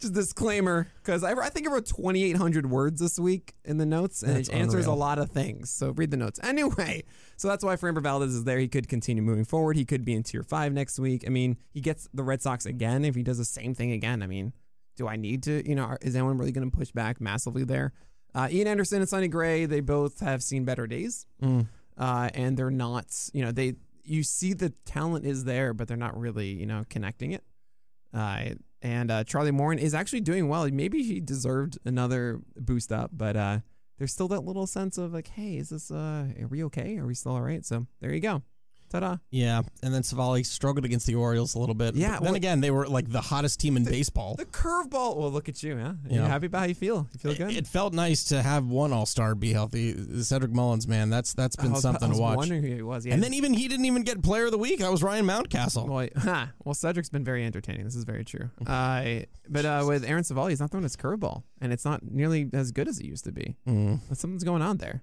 Speaker 2: Just disclaimer, because I, I think I wrote 2,800 words this week in the notes, and
Speaker 1: That's
Speaker 2: it answers
Speaker 1: unreal.
Speaker 2: a lot of things. So read the notes anyway. So that's why Framber Valdez is there. He could continue moving forward. He could be in tier five next week. I mean, he gets the Red Sox again if he does the same thing again. I mean, do I need to? You know, are- is anyone really going to push back massively there? Uh, Ian Anderson and Sonny Gray, they both have seen better days,
Speaker 1: Mm.
Speaker 2: uh, and they're not. You know, they you see the talent is there, but they're not really you know connecting it. Uh, and uh, Charlie Morin is actually doing well. Maybe he deserved another boost up, but uh, there's still that little sense of like, hey, is this uh, are we okay? Are we still all right? So there you go. Ta-da!
Speaker 1: Yeah, and then Savali struggled against the Orioles a little bit.
Speaker 2: Yeah,
Speaker 1: But then
Speaker 2: well-
Speaker 1: again, they were like the hottest team in baseball.
Speaker 2: The curveball. Well, look at you, huh? You
Speaker 1: Yeah.
Speaker 2: happy about how you feel? You feel good?
Speaker 1: It felt nice to have one All Star be healthy. Cedric Mullins, man, that's that's
Speaker 2: I
Speaker 1: been
Speaker 2: was-
Speaker 1: something
Speaker 2: I
Speaker 1: to
Speaker 2: Oh, was
Speaker 1: watch.
Speaker 2: Wondering who it was. Yeah.
Speaker 1: And then even he didn't even get Player of the Week. That was Ryan Mountcastle.
Speaker 2: Well, [LAUGHS] ha, well, Cedric's been very entertaining. This is
Speaker 1: [LAUGHS]
Speaker 2: very true. Uh, but uh, with Aaron Savali, he's not throwing his curveball, and it's not nearly as good as it used to be.
Speaker 1: Mm,
Speaker 2: But something's going on there.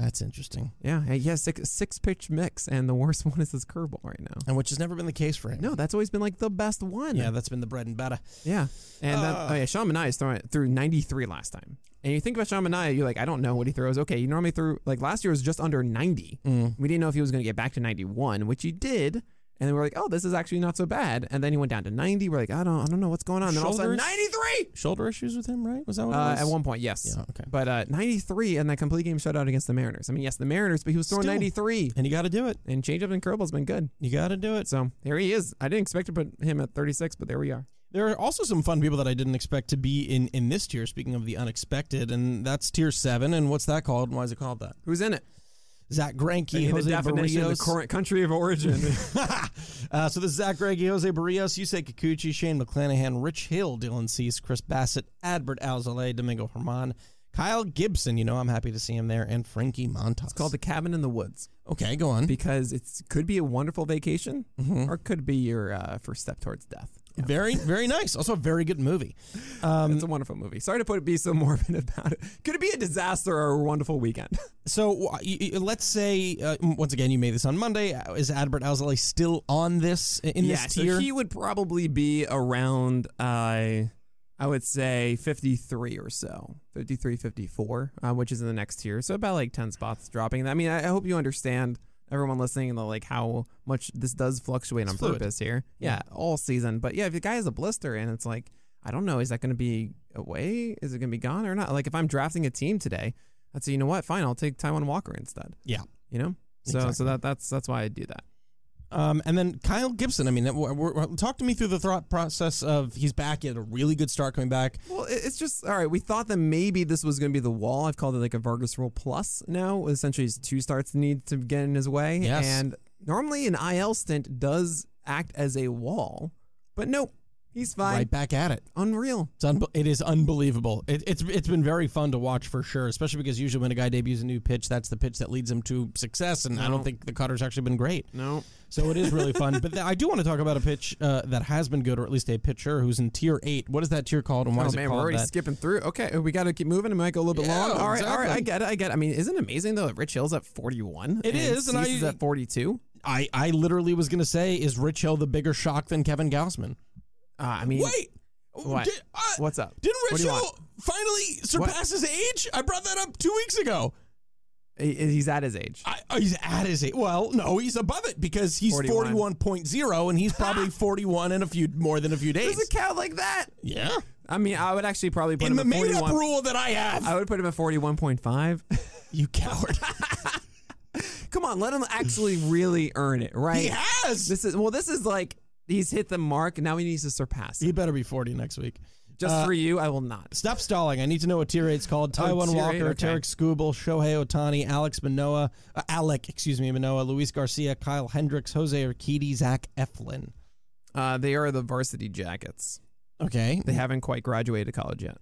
Speaker 1: that's interesting,
Speaker 2: Yeah, and he has six six pitch mix, and the worst [LAUGHS] one is his curveball right now.
Speaker 1: and which has never been the case for him.
Speaker 2: No, that's always been like the best one.
Speaker 1: Yeah, that's been the bread and butter.
Speaker 2: yeah. And that,
Speaker 1: Ah.
Speaker 2: oh yeah, Sean Mania is throwing through 93 last time. And you think about Sean Mania, you're like, I don't know what he throws. Okay, you normally threw like last year was just under 90.
Speaker 1: Mm.
Speaker 2: We didn't know if he was going to get back to 91, which he did. And then we're like, oh, this is actually not so bad. And then he went down to 90. We're like, I don't, I don't know what's going on. And then all of a sudden,
Speaker 1: Shoulders?
Speaker 2: 93
Speaker 1: Shoulder issues with him, right? Was that what
Speaker 2: uh,
Speaker 1: it was?
Speaker 2: at one point. Yes.
Speaker 1: Yeah, okay.
Speaker 2: But uh, 93 and that complete game shutout against the Mariners. I mean, yes, the Mariners, but he was throwing
Speaker 1: Still.
Speaker 2: 93.
Speaker 1: and you got to do it.
Speaker 2: And changeup and curveball's been good.
Speaker 1: You got to do it.
Speaker 2: So here he is. I didn't expect to put him at 36, but there we are.
Speaker 1: There are also some fun people that I didn't expect to be in in this tier. Speaking of the unexpected, and that's tier seven. And what's that called? And why is it called that?
Speaker 2: Who's in it?
Speaker 1: Zach Granke,
Speaker 2: In
Speaker 1: Jose
Speaker 2: the definition of
Speaker 1: Barrios.
Speaker 2: the current country of [LAUGHS] origin.
Speaker 1: uh, so this is Zach Greggy, Jose Barrios, Yusei Kikuchi, Shane McClanahan, Rich Hill, Dylan Cease, Chris Bassett, Adbert Alzale, Domingo Herman, Kyle Gibson. You know I'm happy to see him there, and Frankie Montas.
Speaker 2: it's called the cabin in the woods
Speaker 1: okay, go on.
Speaker 2: because it could be a wonderful vacation or it could be your uh, first step towards death.
Speaker 1: Very very nice. Also a very good movie.
Speaker 2: it's a wonderful movie. Sorry to put be so [LAUGHS] morbid about it. Could it be a disaster or a wonderful weekend?
Speaker 1: So wh- y- y- let's say uh, m- once again you made this on Monday. Uh, Is Adbert Alzale still on this in
Speaker 2: yeah,
Speaker 1: this
Speaker 2: so
Speaker 1: tier?
Speaker 2: he would probably be around uh, I would say 53 or so. 53 54, uh, which is in the next tier. So about like 10 spots dropping. I mean, I, I hope you understand everyone listening the like how much this does fluctuate on
Speaker 1: fluid.
Speaker 2: purpose here. Yeah, all season. But yeah, if the guy has a blister and it's like I don't know, is that going to be away? Is it going to be gone or not? Like if I'm drafting a team today, I'd say, you know what? Fine, I'll take Taiwan Walker instead,
Speaker 1: yeah.
Speaker 2: you know? So so
Speaker 1: Exactly.
Speaker 2: that that's that's why I do that.
Speaker 1: Um, and then Kyle Gibson. I mean, w- w- talk to me through the thought process of he's back. He had a really good start coming back.
Speaker 2: Well, it- it's just all right. We thought that maybe this was going to be the wall. I've called it like a Vargas roll plus now. Essentially, it's two starts need to get in his way.
Speaker 1: Yes.
Speaker 2: And normally, an IL stint does act as a wall, but nope, he's fine.
Speaker 1: right back at it.
Speaker 2: Unreal.
Speaker 1: It's unbe- it is unbelievable. It, it's it's been very fun to watch for sure, especially because usually when a guy debuts a new pitch, that's the pitch that leads him to success. And I don't
Speaker 2: No.
Speaker 1: think the cutter's actually been great.
Speaker 2: No.
Speaker 1: So it is really fun. But th- I do want to talk about a pitch uh, that has been good, or at least a pitcher who's in tier eight. What is that tier called, and why
Speaker 2: Oh
Speaker 1: is
Speaker 2: man,
Speaker 1: it
Speaker 2: we're
Speaker 1: called
Speaker 2: already
Speaker 1: that?
Speaker 2: skipping through. Okay, we got to keep moving. It might go a little bit
Speaker 1: Yeah,
Speaker 2: long. All right, all right. I
Speaker 1: exactly.
Speaker 2: get it. I get it. I mean, isn't it amazing though? that Rich Hill's at forty-one.
Speaker 1: It is, and
Speaker 2: Cease is
Speaker 1: I-
Speaker 2: at forty-two.
Speaker 1: I I literally was gonna say, is Rich Hill the bigger shock than Kevin Gausman?
Speaker 2: Uh, I mean, What?
Speaker 1: Did- I-
Speaker 2: What's up?
Speaker 1: uh, Didn't
Speaker 2: What
Speaker 1: Rich
Speaker 2: do you want?
Speaker 1: Hill finally surpass his age? I brought that up two weeks ago.
Speaker 2: He- He's at his age.
Speaker 1: I, oh, he's at his age. Well, no, he's above it because he's
Speaker 2: 41.
Speaker 1: 41.0 and he's [LAUGHS] probably 41 in a few more than a few days.
Speaker 2: Does it count like that?
Speaker 1: yeah.
Speaker 2: I mean, I would actually probably put
Speaker 1: In the
Speaker 2: him at
Speaker 1: made up
Speaker 2: 41.
Speaker 1: rule that I have.
Speaker 2: I would put him at 41.5.
Speaker 1: you coward.
Speaker 2: [LAUGHS] Come on, let him actually really earn it,
Speaker 1: [LAUGHS]
Speaker 2: right?
Speaker 1: he has.
Speaker 2: This is well, this is like he's hit the mark. Now he needs to surpass it.
Speaker 1: He better be 40 next week.
Speaker 2: Just for you, I will not.
Speaker 1: Stop stalling. I need to know what Oh, tier eight's called. Taiwan
Speaker 2: tier eight,
Speaker 1: Walker,
Speaker 2: okay.
Speaker 1: Tarek Skubal, Shohei Otani, Alex Manoa, uh, Alec, excuse me, Manoa, Luis Garcia, Kyle Hendricks, Jose Urquidy, Zach Eflin.
Speaker 2: Uh, they are the varsity jackets.
Speaker 1: Okay.
Speaker 2: They haven't quite graduated college yet.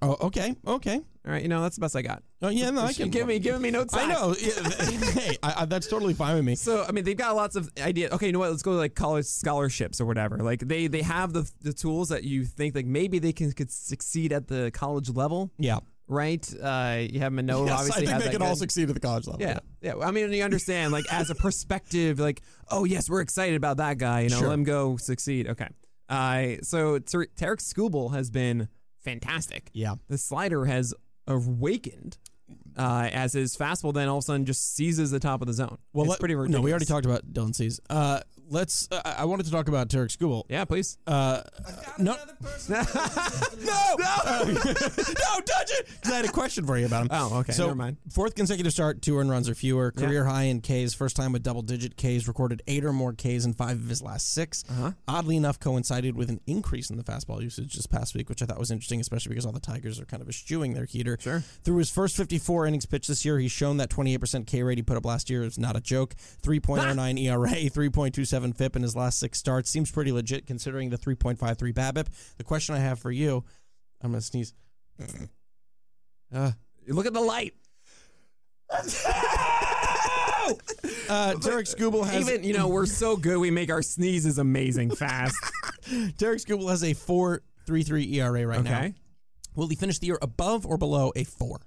Speaker 1: Oh, okay. Okay.
Speaker 2: All right, you know that's the best I got.
Speaker 1: Oh, yeah, no, I can
Speaker 2: give me giving me notes.
Speaker 1: I know. Yeah, [LAUGHS] hey, I, I, that's totally fine with me.
Speaker 2: So I mean, they've got lots of ideas. Okay, you know what? Let's go to like college scholarships or whatever. Like they they have the the tools that you think like maybe they can could succeed at the college level.
Speaker 1: Yeah.
Speaker 2: right? Uh, you have Manoa. obviously has that good-
Speaker 1: succeed at the college level.
Speaker 2: Yeah, yeah. I mean, you understand, like as a perspective, like oh yes, we're excited about that guy. You know,
Speaker 1: Sure.
Speaker 2: let him go succeed. Okay. Uh, so Ter- Tarek Skubal has been fantastic.
Speaker 1: Yeah.
Speaker 2: The slider has awakened. Uh, as his fastball then all of a sudden just seizes the top of the zone.
Speaker 1: Well,
Speaker 2: it's
Speaker 1: let-
Speaker 2: pretty ridiculous.
Speaker 1: No, we already talked about Dylan Cease. Uh, let's. Uh, I I wanted to talk about Tarek Skubal. [LAUGHS]
Speaker 2: Yeah, please.
Speaker 1: Uh, no, no, no, no, touch it. 'Cause I had a question for you about him.
Speaker 2: Oh, okay,
Speaker 1: So,
Speaker 2: never mind.
Speaker 1: Fourth consecutive start, two earned runs or fewer, career high in Ks, first time with double digit Ks, recorded eight or more Ks in five of his last 6 Oddly enough, coincided with an increase in the fastball usage this past week, which I thought was interesting, especially because all the Tigers are kind of eschewing their heater. Sure. Through his first 54 innings pitched this year, he's shown that 28% K rate he put up last year is not a joke. 3.09 ERA, 3.27 FIP in his last six starts seems pretty legit considering the 3.53 BABIP. The question I have for you, I'm gonna sneeze.
Speaker 2: Look at
Speaker 1: [LAUGHS]
Speaker 2: the light. [LAUGHS]
Speaker 1: Uh, Derek Scoobal has
Speaker 2: Even you know we're so good, we make our sneezes amazing fast.
Speaker 1: Derek Scoobal has a 4.33 ERA E right [LAUGHS] now.
Speaker 2: okay.
Speaker 1: Will he finish the year above or below a four?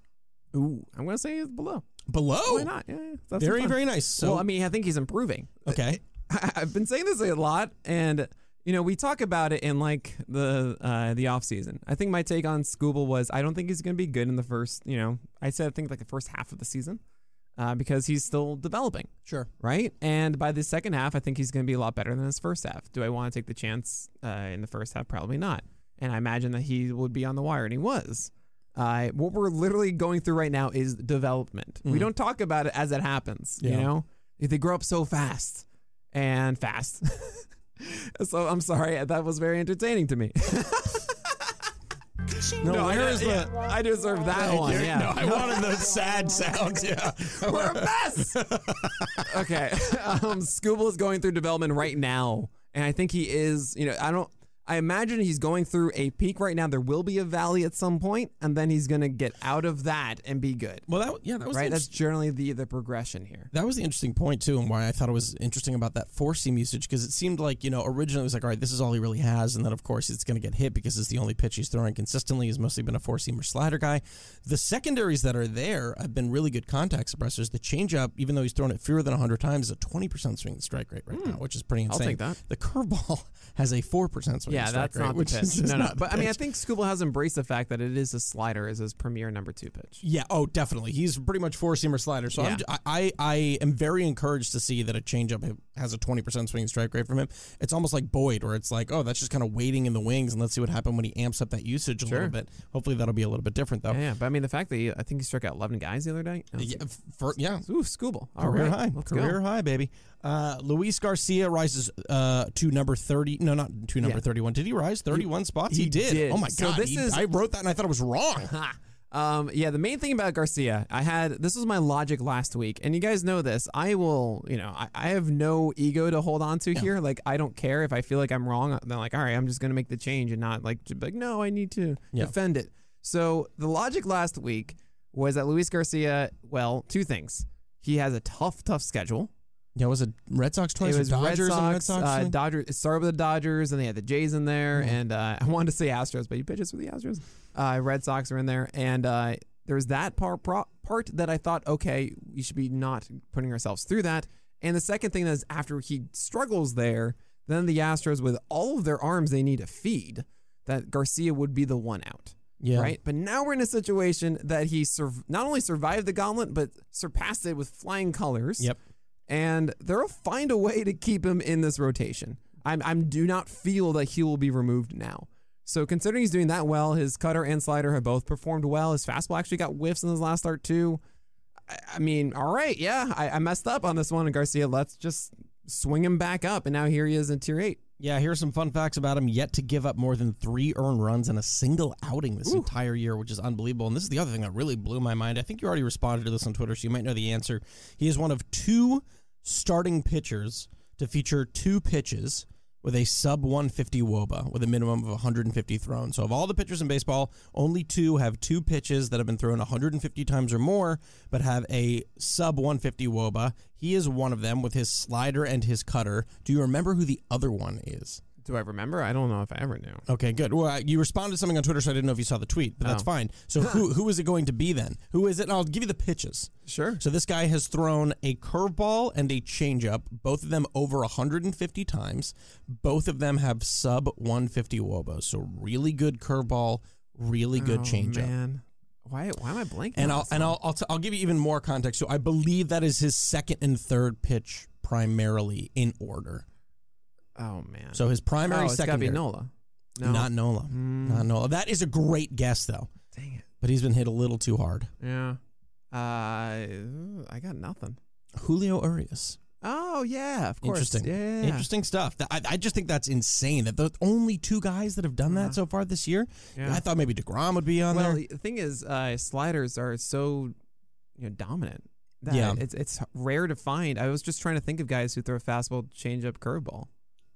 Speaker 2: Ooh, I'm gonna say it's below.
Speaker 1: Below.
Speaker 2: Why not? Yeah, yeah, that's
Speaker 1: Very
Speaker 2: fun.
Speaker 1: very nice. So
Speaker 2: well, I mean, I think he's improving. [LAUGHS]
Speaker 1: okay.
Speaker 2: I've been saying this a lot, and you know, we talk about it in like the uh, the off season. I think my take on Scooble was I don't think he's going to be good in the first. You know, I said I think like the first half of the season uh, because he's still developing,
Speaker 1: Sure.
Speaker 2: right? And by the second half, I think he's going to be a lot better than his first half. Do I want to take the chance uh, in the first half? Probably not. And I imagine that he would be on the wire, and he was. Uh, what we're literally going through right now is development. We don't talk about it as it happens. You
Speaker 1: Mm. Yeah.
Speaker 2: know, they grow up so fast and fast. [LAUGHS] so I'm sorry, that was very entertaining to me. [LAUGHS]
Speaker 1: No,
Speaker 2: I,
Speaker 1: where is
Speaker 2: yeah,
Speaker 1: the?
Speaker 2: I deserve that one.
Speaker 1: Dude,
Speaker 2: Yeah.
Speaker 1: [LAUGHS]
Speaker 2: [LAUGHS]
Speaker 1: No, I wanted the [LAUGHS] sad sounds. Yeah.
Speaker 2: We're a mess. [LAUGHS] okay. [LAUGHS] Um, Scooble is going through development right now. And I think he is, you know, I don't, I imagine he's going through a peak right now. There will be a valley at some point, and then he's going to get out of that and be good.
Speaker 1: Well, that yeah, that was the
Speaker 2: Right?
Speaker 1: inter-
Speaker 2: That's generally the, the progression here.
Speaker 1: that was the interesting point too, and why I thought it was interesting about that four seam usage because it seemed like you know originally it was like all right, this is all he really has, and then of course it's going to get hit because it's the only pitch he's throwing consistently. He's mostly been a four seam or slider guy. The secondaries that are there have been really good contact suppressors. The changeup, even though he's thrown it fewer than hundred times, is a twenty percent swing strike rate right now, which is pretty insane.
Speaker 2: Hmm. take that.
Speaker 1: The curveball [LAUGHS] has a four percent swing
Speaker 2: Yeah,
Speaker 1: strike
Speaker 2: that's
Speaker 1: rate,
Speaker 2: not the
Speaker 1: which is
Speaker 2: pitch.
Speaker 1: just
Speaker 2: No, no.
Speaker 1: not the
Speaker 2: But I mean, I
Speaker 1: pitch.
Speaker 2: think Scooble has embraced the fact that it is a slider as his premier number two pitch.
Speaker 1: Yeah. Oh, definitely. He's pretty much four seamer slider. So I'm
Speaker 2: Yeah.
Speaker 1: j- I, I I am very encouraged to see that a changeup ha- has a 20% swing and strike rate from him. It's almost like Boyd, where it's like, oh, that's just kind of waiting in the wings, and let's see what happens when he amps up that usage a little bit. Hopefully, that'll be a little bit different though.
Speaker 2: Yeah, yeah. But I mean, the fact that he, I think he struck out 11 guys the other day. Oh,
Speaker 1: Yeah. f- For, yeah.
Speaker 2: Ooh, Scooble. All
Speaker 1: Career
Speaker 2: right.
Speaker 1: high,
Speaker 2: Let's go.
Speaker 1: career high, baby. Uh, Luis Garcia rises uh, to number thirty. No, not to number
Speaker 2: Yeah.
Speaker 1: thirty-one. Did he rise thirty-one spots? He,
Speaker 2: he
Speaker 1: did.
Speaker 2: did.
Speaker 1: Oh my
Speaker 2: So
Speaker 1: god!
Speaker 2: this
Speaker 1: he-
Speaker 2: is-
Speaker 1: I wrote that and I thought it was
Speaker 2: [LAUGHS]
Speaker 1: wrong.
Speaker 2: Ha. Um, yeah, the main thing about Garcia, I had this was my logic last week, and you guys know this. I will, you know, I, I have no ego to hold on to here. Like, I don't care if I feel like I'm wrong. Then, like, all right, I'm just gonna make the change and not like, to be like no, I need to defend it. So the logic last week was that Luis Garcia. Well, two things. He has a tough, tough schedule.
Speaker 1: Yeah, was it Red Sox twice?
Speaker 2: It
Speaker 1: or
Speaker 2: was
Speaker 1: Dodgers
Speaker 2: Red Sox,
Speaker 1: and Red Sox.
Speaker 2: uh,
Speaker 1: thing?
Speaker 2: Dodgers. It started with the Dodgers, and they had the Jays in there, and uh, [LAUGHS] I wanted to say Astros, but he pitches for the Astros. Uh, Red Sox are in there, and uh, there's that part pro- part that I thought, okay, we should be not putting ourselves through that. And the second thing is after he struggles there, then the Astros with all of their arms they need to feed, that Garcia would be the one out.
Speaker 1: Yeah.
Speaker 2: Right. But now we're in a situation that he sur- not only survived the gauntlet, but surpassed it with flying colors
Speaker 1: Yep.
Speaker 2: and they'll find a way to keep him in this rotation. I'm, I'm do not feel that he will be removed now. So considering he's doing that well, his cutter and slider have both performed well. His fastball actually got whiffs in his last start too. I, I mean, all right, yeah, I, I messed up on this one, and Garcia, let's just swing him back up, and now here he is in tier eight.
Speaker 1: Yeah, here's some fun facts about him. Yet to give up more than three earned runs in a single outing this entire year, which is unbelievable. And this is the other thing that really blew my mind. I think you already responded to this on Twitter, so you might know the answer. He is one of two starting pitchers to feature two pitches with a sub 150 woba with a minimum of 150 thrown. So of all the pitchers in baseball, only two have two pitches that have been thrown 150 times or more but have a sub 150 woba. He is one of them with his slider and his cutter. Do you remember who the other one is?
Speaker 2: Do I remember? I don't know if I ever knew.
Speaker 1: Okay, good. Well, I- you responded to something on Twitter, so I didn't know if you saw the tweet, but that's
Speaker 2: Oh.
Speaker 1: fine. So who who is it going to be then? Who is it? And I'll give you the pitches.
Speaker 2: Sure.
Speaker 1: So this guy has thrown a curveball and a changeup, both of them over 150 times. Both of them have sub 150 wobos. So really good curveball, really good changeup.
Speaker 2: Oh, man. Why, why am I blanking?
Speaker 1: And
Speaker 2: on
Speaker 1: I'll
Speaker 2: this?
Speaker 1: and I'll I'll, t- I'll give you even more context. So I believe that is his second and third pitch primarily in order.
Speaker 2: Oh man.
Speaker 1: So his primary,
Speaker 2: oh, it's gotta
Speaker 1: secondary,
Speaker 2: be Nola. No. Hmm.
Speaker 1: not Nola, not Nola. That is a great guess though,
Speaker 2: Dang it.
Speaker 1: but he's been hit a little too hard.
Speaker 2: Yeah. Uh, I got nothing.
Speaker 1: Julio Urias.
Speaker 2: Oh yeah, of course.
Speaker 1: Interesting.
Speaker 2: Yeah, yeah, yeah.
Speaker 1: Interesting stuff. That- I, I just think that's insane that the only two guys that have done that so far this year.
Speaker 2: Uh-huh. Yeah.
Speaker 1: I thought maybe DeGrom would be on
Speaker 2: Well,
Speaker 1: there.
Speaker 2: the thing is, uh, sliders are so you know dominant. That
Speaker 1: Yeah.
Speaker 2: it's it's rare to find. I was just trying to think of guys who throw fastball, changeup, curveball.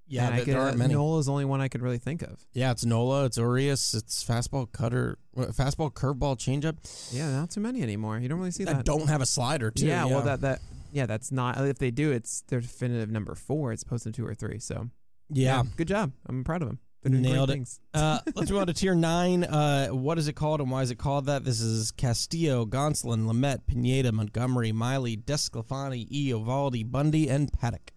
Speaker 1: Yeah,
Speaker 2: and I
Speaker 1: there,
Speaker 2: could,
Speaker 1: there aren't many.
Speaker 2: Nola's the only one I could really think of.
Speaker 1: yeah, it's Nola, it's Urias, it's fastball cutter, uh, fastball curveball changeup.
Speaker 2: Yeah, not too many anymore. You don't really see
Speaker 1: I
Speaker 2: that.
Speaker 1: don't have a slider too.
Speaker 2: yeah, well that that yeah, that's not. If they do, it's their definitive number four as opposed to two or three. So
Speaker 1: yeah.
Speaker 2: good job. I'm proud of them. They're doing
Speaker 1: Nailed it.
Speaker 2: great things.
Speaker 1: Uh, let's move on to tier nine. Uh, what is it called and why is it called that? This is Castillo, Gonsolin, Lamette, Pineda, Montgomery, Miley, Desclafani, Iovaldi, Bundy, and Paddock.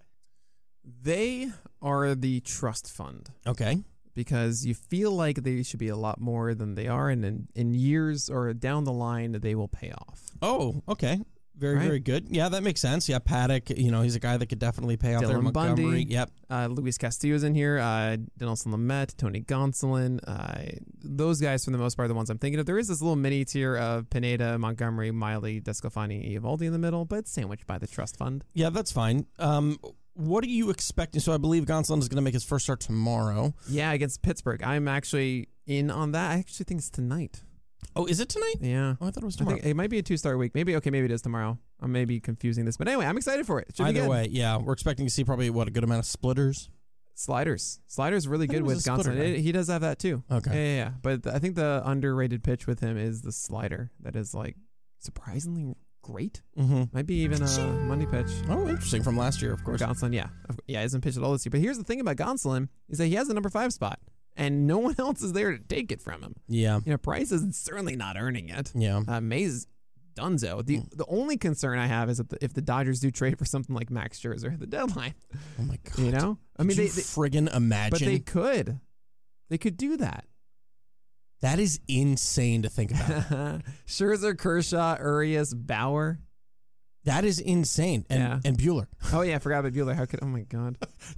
Speaker 2: They are the trust fund.
Speaker 1: Okay.
Speaker 2: because you feel like they should be a lot more than they are, and in, in years or down the line, they will pay off.
Speaker 1: Oh, okay. Very,
Speaker 2: Right.
Speaker 1: very good. Yeah, that makes sense. Yeah, Paddock, you know, he's a guy that could definitely pay off there.
Speaker 2: Dylan Bundy.
Speaker 1: Montgomery. Yep.
Speaker 2: Uh, Luis Castillo's in here, uh, Denelson Lamette, Tony Gonsolin. Uh, those guys, for the most part, are the ones I'm thinking of. There is this little mini tier of Pineda, Montgomery, Miley, Descalfani, Ivaldi in the middle, but it's sandwiched by the trust fund.
Speaker 1: Yeah, that's fine. Um, what are you expecting? So I believe Gonsolin is going to make his first start tomorrow.
Speaker 2: Yeah, against Pittsburgh. I'm actually in on that. I actually think it's tonight.
Speaker 1: Oh, is it tonight?
Speaker 2: Yeah.
Speaker 1: Oh, I thought it was
Speaker 2: I
Speaker 1: tomorrow.
Speaker 2: think it might be a two star week. Maybe, okay, maybe it is tomorrow. I may be confusing this, but anyway, I'm excited for it. Should be
Speaker 1: Either
Speaker 2: good.
Speaker 1: way, yeah, we're expecting to see probably what a good amount of splitters.
Speaker 2: Sliders. Sliders really
Speaker 1: thought it
Speaker 2: good
Speaker 1: was
Speaker 2: with
Speaker 1: a
Speaker 2: Gonsolin.
Speaker 1: splitter,
Speaker 2: It-
Speaker 1: right?
Speaker 2: he does have that too.
Speaker 1: Okay.
Speaker 2: Yeah, yeah, yeah. But th- I think the underrated pitch with him is the slider that is like surprisingly great.
Speaker 1: Mm-hmm.
Speaker 2: Might be even a Monday pitch.
Speaker 1: Oh, interesting. From last year, of
Speaker 2: Or
Speaker 1: course.
Speaker 2: Gonsolin, yeah. Of- Yeah, he hasn't pitched at all this year. But here's the thing about Gonsolin is that he has the number five spot and no [LAUGHS] one else is there to take it from him.
Speaker 1: Yeah.
Speaker 2: You know, Price is certainly not earning it.
Speaker 1: Yeah.
Speaker 2: Uh, Mays Dunzo. The
Speaker 1: Hmm.
Speaker 2: the only concern I have is that the, if the Dodgers do trade for something like Max Scherzer at the deadline,
Speaker 1: Oh my god.
Speaker 2: you know, I
Speaker 1: Could
Speaker 2: mean, they,
Speaker 1: you
Speaker 2: they
Speaker 1: friggin' imagine.
Speaker 2: but they could, they could
Speaker 1: [LAUGHS]
Speaker 2: do that.
Speaker 1: that is insane to think
Speaker 2: [LAUGHS]
Speaker 1: about.
Speaker 2: Scherzer, Kershaw, Urias, Bauer.
Speaker 1: that is insane. And
Speaker 2: Yeah.
Speaker 1: and Bueller. [LAUGHS]
Speaker 2: Oh yeah, I forgot about Bueller. How could? Oh my God,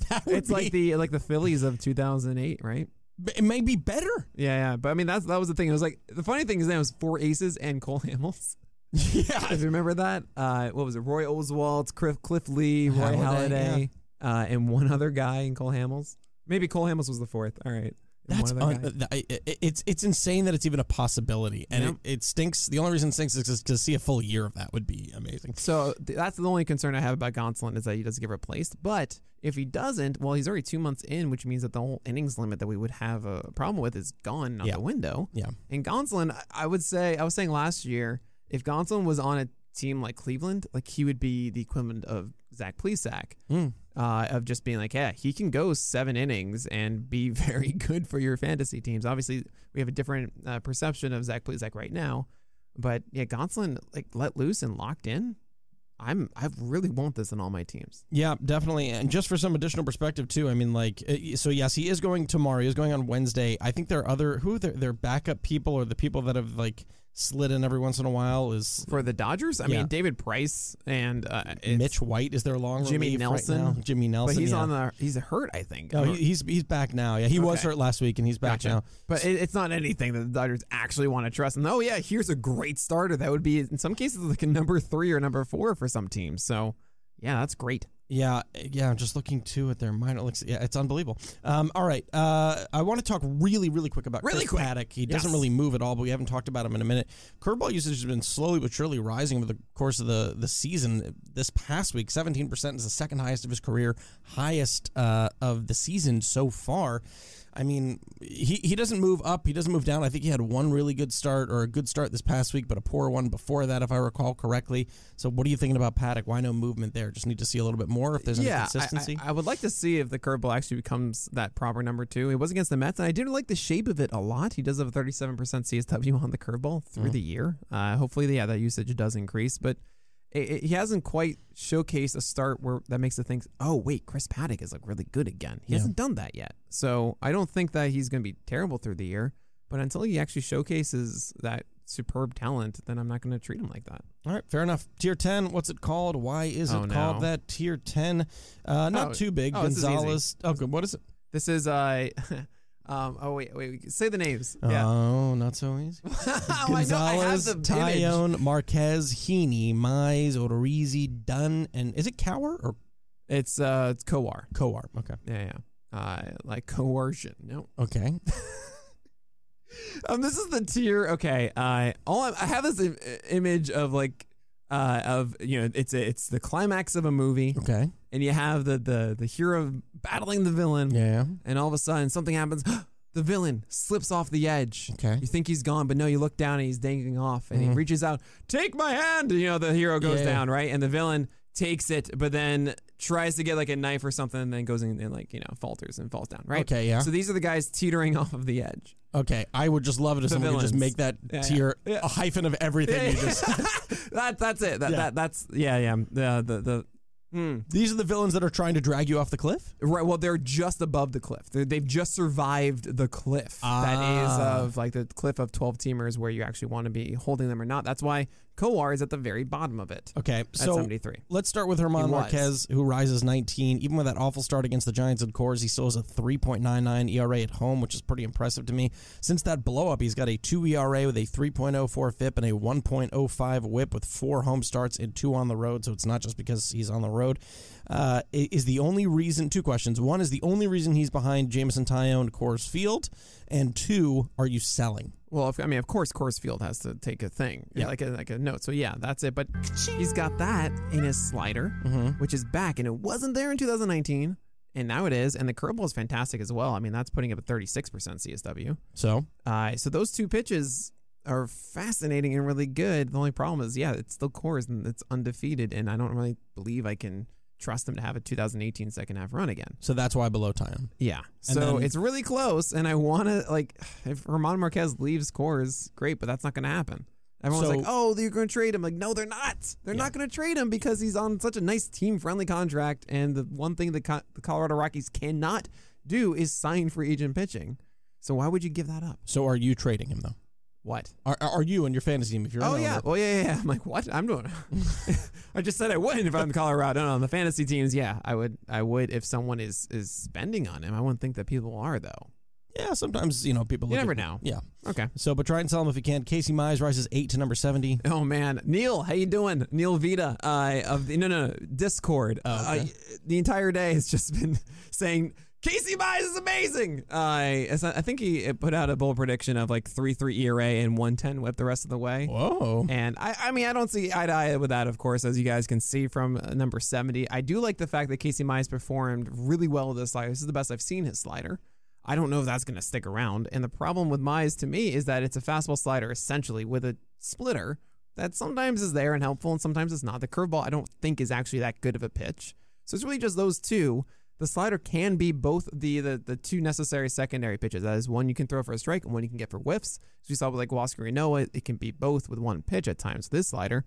Speaker 1: That would
Speaker 2: it's like
Speaker 1: be-
Speaker 2: the like the Phillies of 2008, right?
Speaker 1: it may be better. [LAUGHS]
Speaker 2: Yeah, yeah. But I mean, that's that was the thing. It was like the funny thing is that it was four aces and Cole Hamels.
Speaker 1: yeah.
Speaker 2: If you remember that, uh, what was it? Roy Oswald, Cliff, Cliff Lee, Roy
Speaker 1: Halladay,
Speaker 2: Halladay, uh, and one other guy in Cole Hamels. Maybe Cole Hamels was the fourth. All right, And
Speaker 1: That's
Speaker 2: one other
Speaker 1: un- uh,
Speaker 2: guy.
Speaker 1: th- I- I- it's it's insane that it's even a possibility, and
Speaker 2: Yep.
Speaker 1: it, it stinks. The only reason it stinks is 'cause to see a full year of that would be amazing.
Speaker 2: So th- that's the only concern I have about Gonsolin is that he doesn't get replaced. But if he doesn't, well, he's already two months in, which means that the whole innings limit that we would have a problem with is gone out
Speaker 1: Yeah.
Speaker 2: the window.
Speaker 1: Yeah,
Speaker 2: And Gonsolin, I- I would say, I was saying last year, if Gonsolin was on a team like Cleveland, like he would be the equivalent of Zach Plesac.
Speaker 1: Hmm.
Speaker 2: Uh, of just being like, yeah, he can go seven innings and be [LAUGHS] very good for your fantasy teams. Obviously, we have a different uh, perception of Zach Plesac right now, but yeah, Gonsolin like let loose and locked in. I'm I really want this in all my teams.
Speaker 1: yeah, definitely. And just for some additional perspective too, I mean, like, uh, so yes, he is going tomorrow. He is going on Wednesday. I think there are other who are their their backup people or the people that have like slid in every once in a while is
Speaker 2: For the Dodgers, I
Speaker 1: Yeah.
Speaker 2: mean David Price and uh, it's-
Speaker 1: Mitch White is their long
Speaker 2: Jimmy
Speaker 1: relief right
Speaker 2: Nelson.
Speaker 1: now. Jimmy
Speaker 2: but
Speaker 1: Nelson,
Speaker 2: he's
Speaker 1: yeah.
Speaker 2: on the he's hurt I think.
Speaker 1: No, he- he's he's back now. Yeah, he was
Speaker 2: Okay.
Speaker 1: hurt last week, and he's back
Speaker 2: Gotcha.
Speaker 1: now.
Speaker 2: But it, it's not anything that the Dodgers actually want to trust. And oh yeah, here's a great starter that would be in some cases like a number three or number four for some teams. So yeah, that's great.
Speaker 1: Yeah, yeah. I'm just looking too at their minor leagues. Yeah, it's unbelievable. Um, all right, uh, I want to talk really, really quick about
Speaker 2: Really
Speaker 1: Chris
Speaker 2: quick.
Speaker 1: Paddock. He doesn't
Speaker 2: Yes.
Speaker 1: really move at all, but we haven't talked about him in a minute. Curveball usage has been slowly but surely rising over the course of the the season. This past week, 17 percent is the second highest of his career, highest uh, of the season so far. I mean, he, he doesn't move up. He doesn't move down. I think he had one really good start or a good start this past week, but a poor one before that, if I recall correctly. So, what are you thinking about Paddock? Why no movement there? Just need to see a little bit more if there's any
Speaker 2: yeah, I-
Speaker 1: consistency.
Speaker 2: I, I would like to see if the curveball actually becomes that proper number two. It was against the Mets, and I did like the shape of it a lot. He does have a 37% CSW on the curveball through the year. Uh, hopefully, yeah, that usage does increase, but it, it- he hasn't quite showcased a start where that makes the think, oh, wait, Chris Paddock is like really good again. He hasn't done that yet. So I don't think that he's going to be terrible through the year, but until he actually showcases that superb talent, then I'm not going to treat him like that.
Speaker 1: All right, fair enough. Tier 10, what's it called? Why is
Speaker 2: Oh,
Speaker 1: it
Speaker 2: no.
Speaker 1: called that? Tier 10, uh, not
Speaker 2: Oh,
Speaker 1: too big.
Speaker 2: oh, this is easy.
Speaker 1: Gonzalez. Oh, good. What is it?
Speaker 2: This is uh, [LAUGHS] um. Oh wait, wait. wait, Say the names. Yeah.
Speaker 1: Oh, not so easy.
Speaker 2: Oh, I know, I
Speaker 1: Gonzalez,
Speaker 2: have the image.
Speaker 1: Tyone, Marquez, Heaney, Mize, Odorizzi, Dunn, and is it Cower or
Speaker 2: It's uh, it's Kowar.
Speaker 1: Coar? Okay.
Speaker 2: Yeah, yeah. Uh, like coercion. No.
Speaker 1: Okay.
Speaker 2: Um, this is the tier. Okay. Uh, all I, I have this I- image of like, uh, of you know, it's a, it's the climax of a movie,
Speaker 1: Okay.
Speaker 2: and you have the the the hero battling the villain,
Speaker 1: Yeah.
Speaker 2: and all of a sudden something happens. [GASPS] the villain slips off the edge.
Speaker 1: Okay. Mm-hmm.
Speaker 2: You think he's gone, but no, you look down and he's dangling off, and he reaches out, take my hand. You know, the hero goes
Speaker 1: Yeah.
Speaker 2: down, right, and the villain takes it, but then tries to get like a knife or something, and then goes in and like you know falters and falls down, right?
Speaker 1: Okay, yeah.
Speaker 2: So these are the guys teetering [LAUGHS] off of the edge.
Speaker 1: Okay. I would just love it if
Speaker 2: The
Speaker 1: someone could just make
Speaker 2: villains.
Speaker 1: that
Speaker 2: Yeah,
Speaker 1: tier
Speaker 2: yeah. Yeah.
Speaker 1: a hyphen of everything
Speaker 2: Yeah,
Speaker 1: you
Speaker 2: [LAUGHS] yeah.
Speaker 1: just
Speaker 2: that that's it. That,
Speaker 1: Yeah.
Speaker 2: that that's yeah yeah the the the. Hmm.
Speaker 1: These are the villains that are trying to drag you off the cliff?
Speaker 2: Right. Well, they're just above the cliff. They're, they've just survived the cliff. That is
Speaker 1: Ah.
Speaker 2: of like the cliff of twelve teamers, where you actually want to be holding them or not. That's why Coar is at the very bottom of it.
Speaker 1: Okay.
Speaker 2: At
Speaker 1: So
Speaker 2: seventy three.
Speaker 1: Let's start with Herman
Speaker 2: He was.
Speaker 1: Marquez, who rises 19. Even with that awful start against the Giants and Coors, he still has a 3.99 ERA E at home, which is pretty impressive to me. Since that blow up, he's got a 2 ERA with a 3.04 FIP and a 1.05 WHIP with four home starts and two on the road. So it's not just because he's on the road. Uh, i- is the only reason two questions. One is the only reason he's behind Jameson Tyone Coors Field, and two, are you selling?
Speaker 2: Well, if, I mean, of course, Coors Field has to take a thing,
Speaker 1: Yeah.
Speaker 2: like a, like a note. So yeah, that's it. But he's got that in his slider,
Speaker 1: Mm-hmm.
Speaker 2: which is back, and it wasn't there in 2019, and now it is. And the curveball is fantastic as well. I mean, that's putting up a 36% CSW.
Speaker 1: So
Speaker 2: Uh, so those two pitches are fascinating and really good. The only problem is, yeah, it's still Coors and it's undefeated, and I don't really believe I can trust him to have a 2018 second half run again.
Speaker 1: so that's why below Tyone.
Speaker 2: Yeah.
Speaker 1: And
Speaker 2: So
Speaker 1: then-
Speaker 2: it's really close, and I want to like, if Herman Marquez leaves Coors, great, but that's not going to happen. Everyone's
Speaker 1: So-
Speaker 2: like, "Oh, they're going to trade him." Like, no, they're not. They're not going to trade him because he's on such a nice team-friendly contract. And the one thing the, Co- the Colorado Rockies cannot do is sign free agent pitching. So why would you give that up?
Speaker 1: So are you trading him, though?
Speaker 2: What?
Speaker 1: Are, are you and your fantasy team? If you're an
Speaker 2: Oh yeah.
Speaker 1: owner?
Speaker 2: Well yeah, yeah, yeah. I'm like, what? I'm doing. [LAUGHS] I just said I wouldn't if I'm Colorado on the fantasy teams. Yeah, I would. I would if someone is is spending on him. I wouldn't think that people are though.
Speaker 1: Yeah, sometimes you know people.
Speaker 2: You
Speaker 1: look
Speaker 2: never
Speaker 1: at-
Speaker 2: know.
Speaker 1: Yeah.
Speaker 2: Okay.
Speaker 1: So, but try and sell them if you can. Casey Mize rises eight to number seventy.
Speaker 2: Oh man, Neil, how you doing? Neil Vita uh, of the no no no, Discord. uh, the entire day has just been [LAUGHS] saying Casey Mize is amazing. Uh, it's not- I think he put out a bold prediction of like three three ERA and one ten whip the rest of the way.
Speaker 1: Whoa.
Speaker 2: And I, I mean, I don't see eye to eye with that, of course, as you guys can see from uh, number 70. I do like the fact that Casey Mize performed really well with this slider. This is the best I've seen his slider. I don't know if that's going to stick around. And the problem with Mize to me is that it's a fastball slider essentially with a splitter that sometimes is there and helpful and sometimes it's not. The curveball, I don't think, is actually that good of a pitch. So it's really just those two. The slider can be both the, the the two necessary secondary pitches. That is one you can throw for a strike and one you can get for whiffs. So we saw with like Wascarinoa, it- it can be both with one pitch at times. This slider,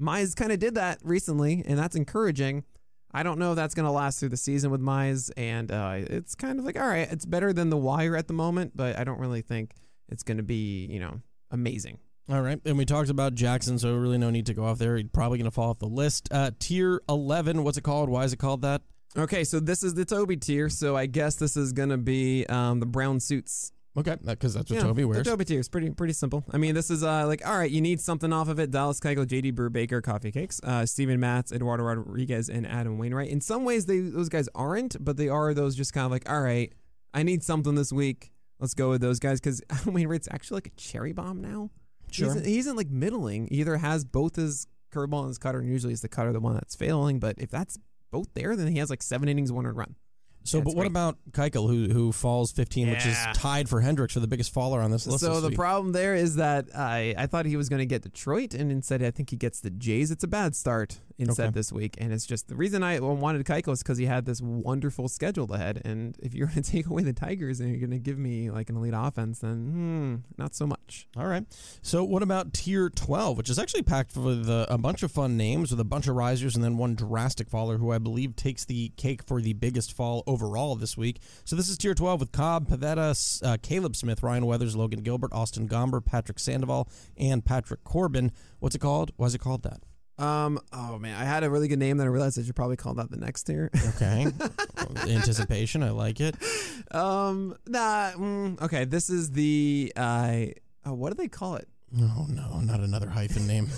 Speaker 2: Mize kind of did that recently, and that's encouraging. I don't know if that's going to last through the season with Mize, and uh, it's kind of like all right, it's better than the wire at the moment, but I don't really think it's going to be you know amazing.
Speaker 1: All right, and we talked about Jackson, so really no need to go off there. He's probably going to fall off the list. Uh, tier eleven. What's it called? Why is it called that?
Speaker 2: Okay, so this is the Toby tier, so I guess this is going to be um, the brown suits.
Speaker 1: Okay, because that's what
Speaker 2: Yeah,
Speaker 1: Toby wears.
Speaker 2: The Toby tier is pretty pretty simple. I mean, this is uh like all right, you need something off of it. Dallas Keuchel, J.D. Brubaker, Coffee Cakes, uh, Stephen Matz, Eduardo Rodriguez, and Adam Wainwright. In some ways, they those guys aren't, but they are those just kind of like all right, I need something this week. Let's go with those guys because [LAUGHS] Adam Wainwright's actually like a cherry bomb now.
Speaker 1: Sure.
Speaker 2: He's, he isn't like middling. He either has both his curveball and his cutter, and usually it's the cutter the one that's failing. But if that's both there, then he has like seven innings, one run.
Speaker 1: so,
Speaker 2: Yeah,
Speaker 1: but
Speaker 2: it's
Speaker 1: what
Speaker 2: great.
Speaker 1: about Keuchel, who who falls fifteen, which is
Speaker 2: Yeah.
Speaker 1: tied for Hendricks for the biggest faller on this list.
Speaker 2: so
Speaker 1: this
Speaker 2: the
Speaker 1: week.
Speaker 2: problem there is that I I thought he was going to get Detroit, and instead I think he gets the Jays. It's a bad start, instead this week. And it's just the reason I wanted Keiko is because he had this wonderful schedule ahead. And if you're going to [LAUGHS] take away the Tigers and you're going to give me like an elite offense, then hmm, not so much.
Speaker 1: All right. So what about tier 12, which is actually packed with a, a bunch of fun names with a bunch of risers and then one drastic faller who I believe takes the cake for the biggest fall overall this week. So this is tier 12 with Cobb, Pavetta, S- uh, Caleb Smith, Ryan Weathers, Logan Gilbert, Austin Gomber, Patrick Sandoval, and Patrick Corbin. What's it called? Why is it called that?
Speaker 2: Um. Oh man, I had a really good name that I realized I should probably call that the next tier.
Speaker 1: Okay. [LAUGHS] Anticipation. I like it.
Speaker 2: [LAUGHS] um. Nah. mm, okay. This is the uh. uh, What do they call it?
Speaker 1: Oh, no, not another hyphen name.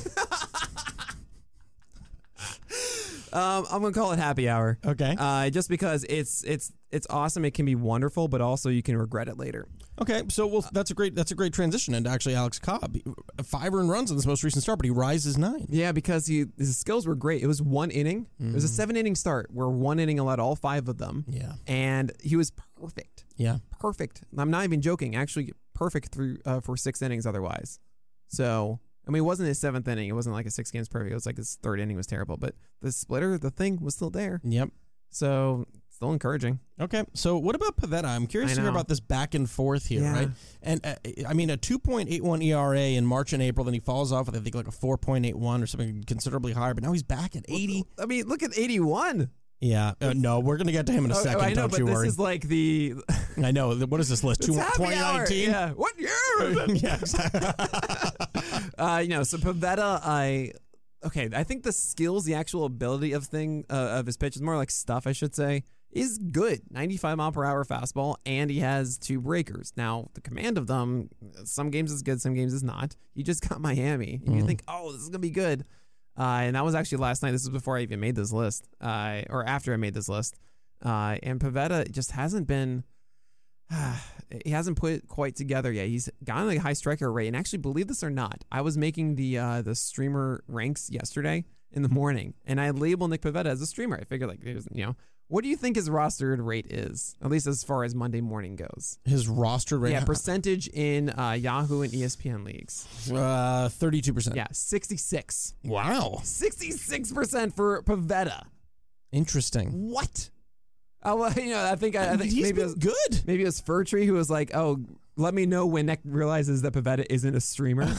Speaker 2: Um. I'm gonna call it happy hour.
Speaker 1: [LAUGHS] Okay.
Speaker 2: Uh, just because it's it's it's awesome, it can be wonderful, but also you can regret it later.
Speaker 1: Okay, so well, that's a great that's a great transition into actually Alex Cobb, five earned runs in this most recent start, but he rises nine.
Speaker 2: Yeah, because he his skills were great. It was one inning. It was a seven inning start where one inning allowed all five of them.
Speaker 1: Yeah.
Speaker 2: and he was perfect,
Speaker 1: Yeah,
Speaker 2: perfect. I'm not even joking. Actually, perfect through uh, for six innings. Otherwise, so I mean, it wasn't his seventh inning. It wasn't like a six games perfect. It was like his third inning was terrible. But the splitter, the thing was still there.
Speaker 1: yep.
Speaker 2: So still encouraging.
Speaker 1: Okay, so what about Pavetta? I'm curious
Speaker 2: I
Speaker 1: to hear
Speaker 2: know.
Speaker 1: about this back and forth here,
Speaker 2: Yeah.
Speaker 1: right? And uh, I mean, a 2.81 ERA E in March and April, then he falls off with I think like a 4.81 or something considerably higher, but now he's back at 80.
Speaker 2: I mean, look at 81.
Speaker 1: Yeah, uh, no, we're gonna get to him in a second.
Speaker 2: I know,
Speaker 1: don't
Speaker 2: but
Speaker 1: you
Speaker 2: this
Speaker 1: worry.
Speaker 2: is like the
Speaker 1: [LAUGHS] I know. th- What is this list? Two-
Speaker 2: It's happy hour.
Speaker 1: 2019.
Speaker 2: Yeah. What year is
Speaker 1: [LAUGHS]
Speaker 2: it?
Speaker 1: yeah, exactly.
Speaker 2: uh, you know, so Pavetta, I okay. I think the skills, the actual ability of thing uh, of his pitch is more like stuff, I should say, is good. Ninety five mile per hour fastball, and he has two breakers. Now the command of them, some games is good, some games is not. You just [LAUGHS] got Miami, and you think, oh, this is gonna be good. Uh, and that was actually last night. This was before I even made this list, uh, or after I made this list. Uh, and Pavetta just hasn't been he hasn't put it quite together yet. He's gotten a high striker rate, and actually, believe this or not, I was making the uh, the streamer ranks yesterday in the morning, and I labeled Nick Pavetta as a streamer. I figured, like, there's- you know, what do you think his rostered rate is? At least as far as Monday morning goes.
Speaker 1: His roster right [LAUGHS]
Speaker 2: Yeah, percentage in uh, Yahoo and ESPN leagues.
Speaker 1: now, uh, thirty-two percent.
Speaker 2: Yeah, 66.
Speaker 1: Wow,
Speaker 2: 66% for Pavetta.
Speaker 1: interesting.
Speaker 2: What? Oh, well, [LAUGHS] you know, I think I, I think
Speaker 1: Uh, He's
Speaker 2: maybe it
Speaker 1: been
Speaker 2: was-
Speaker 1: good.
Speaker 2: Maybe it was Fir Tree who was like, "Oh, let me know when Nick realizes that Pavetta isn't
Speaker 1: [LAUGHS]
Speaker 2: a streamer." and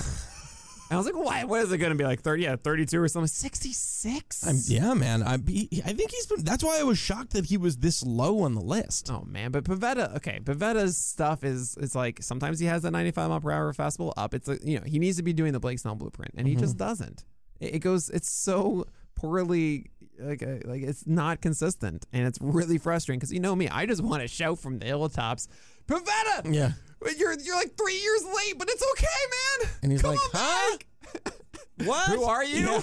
Speaker 2: I was like, "Why? What is it going to be like? Thirty? Yeah, thirty-two or something? 66
Speaker 1: I'm, yeah, man. I he, I think he's been. That's why I was shocked that he was this low on the list.
Speaker 2: Oh man, but Pavetta, okay, Pavetta's stuff is it's like sometimes he has that 95 mile per hour fastball up. It's like you know he needs to be doing the Blake Snell blueprint, and he
Speaker 1: Mm-hmm.
Speaker 2: just doesn't. It, it goes, it's so poorly, like uh, like it's not consistent, and it's really frustrating because you know me, I just want to shout from the hilltops, Pavetta,
Speaker 1: Yeah.
Speaker 2: But You're you're like three years late, but it's okay, man.
Speaker 1: And he's
Speaker 2: Come
Speaker 1: like,
Speaker 2: on
Speaker 1: "Huh?
Speaker 2: [LAUGHS] back.
Speaker 1: What?
Speaker 2: Who are you?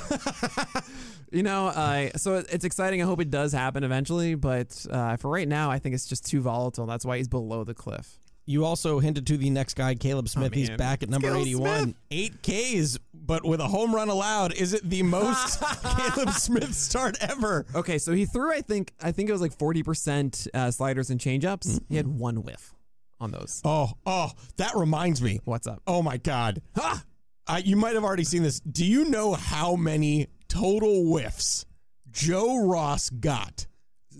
Speaker 2: [LAUGHS] you know, uh, so it- it's exciting. I hope it does happen eventually, but uh, for right now, I think it's just too volatile. That's why he's below the cliff.
Speaker 1: You also hinted to the next guy, Caleb Smith. he's
Speaker 2: Oh, man.
Speaker 1: back at number
Speaker 2: Caleb
Speaker 1: eighty-one. Eight Ks, but with a home run allowed. Is it the most Caleb Smith start ever?
Speaker 2: Okay, so he threw, I think, I think it was like forty percent uh, sliders and changeups. He had one whiff on those.
Speaker 1: Oh, oh, that reminds me.
Speaker 2: What's up?
Speaker 1: Oh my God.
Speaker 2: Ah!
Speaker 1: Ha! Uh, you might have already seen this. Do you know how many total whiffs Joe Ross got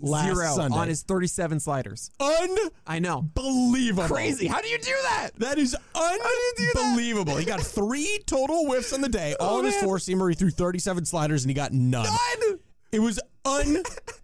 Speaker 1: last
Speaker 2: Zero
Speaker 1: Sunday?
Speaker 2: on his thirty-seven sliders. I know,
Speaker 1: Unbelievable.
Speaker 2: crazy. How do you do that?
Speaker 1: That is unbelievable. he got three total whiffs on the day, all in his
Speaker 2: Oh, man.
Speaker 1: four seamer. He threw 37 sliders and he got none.
Speaker 2: None!
Speaker 1: It was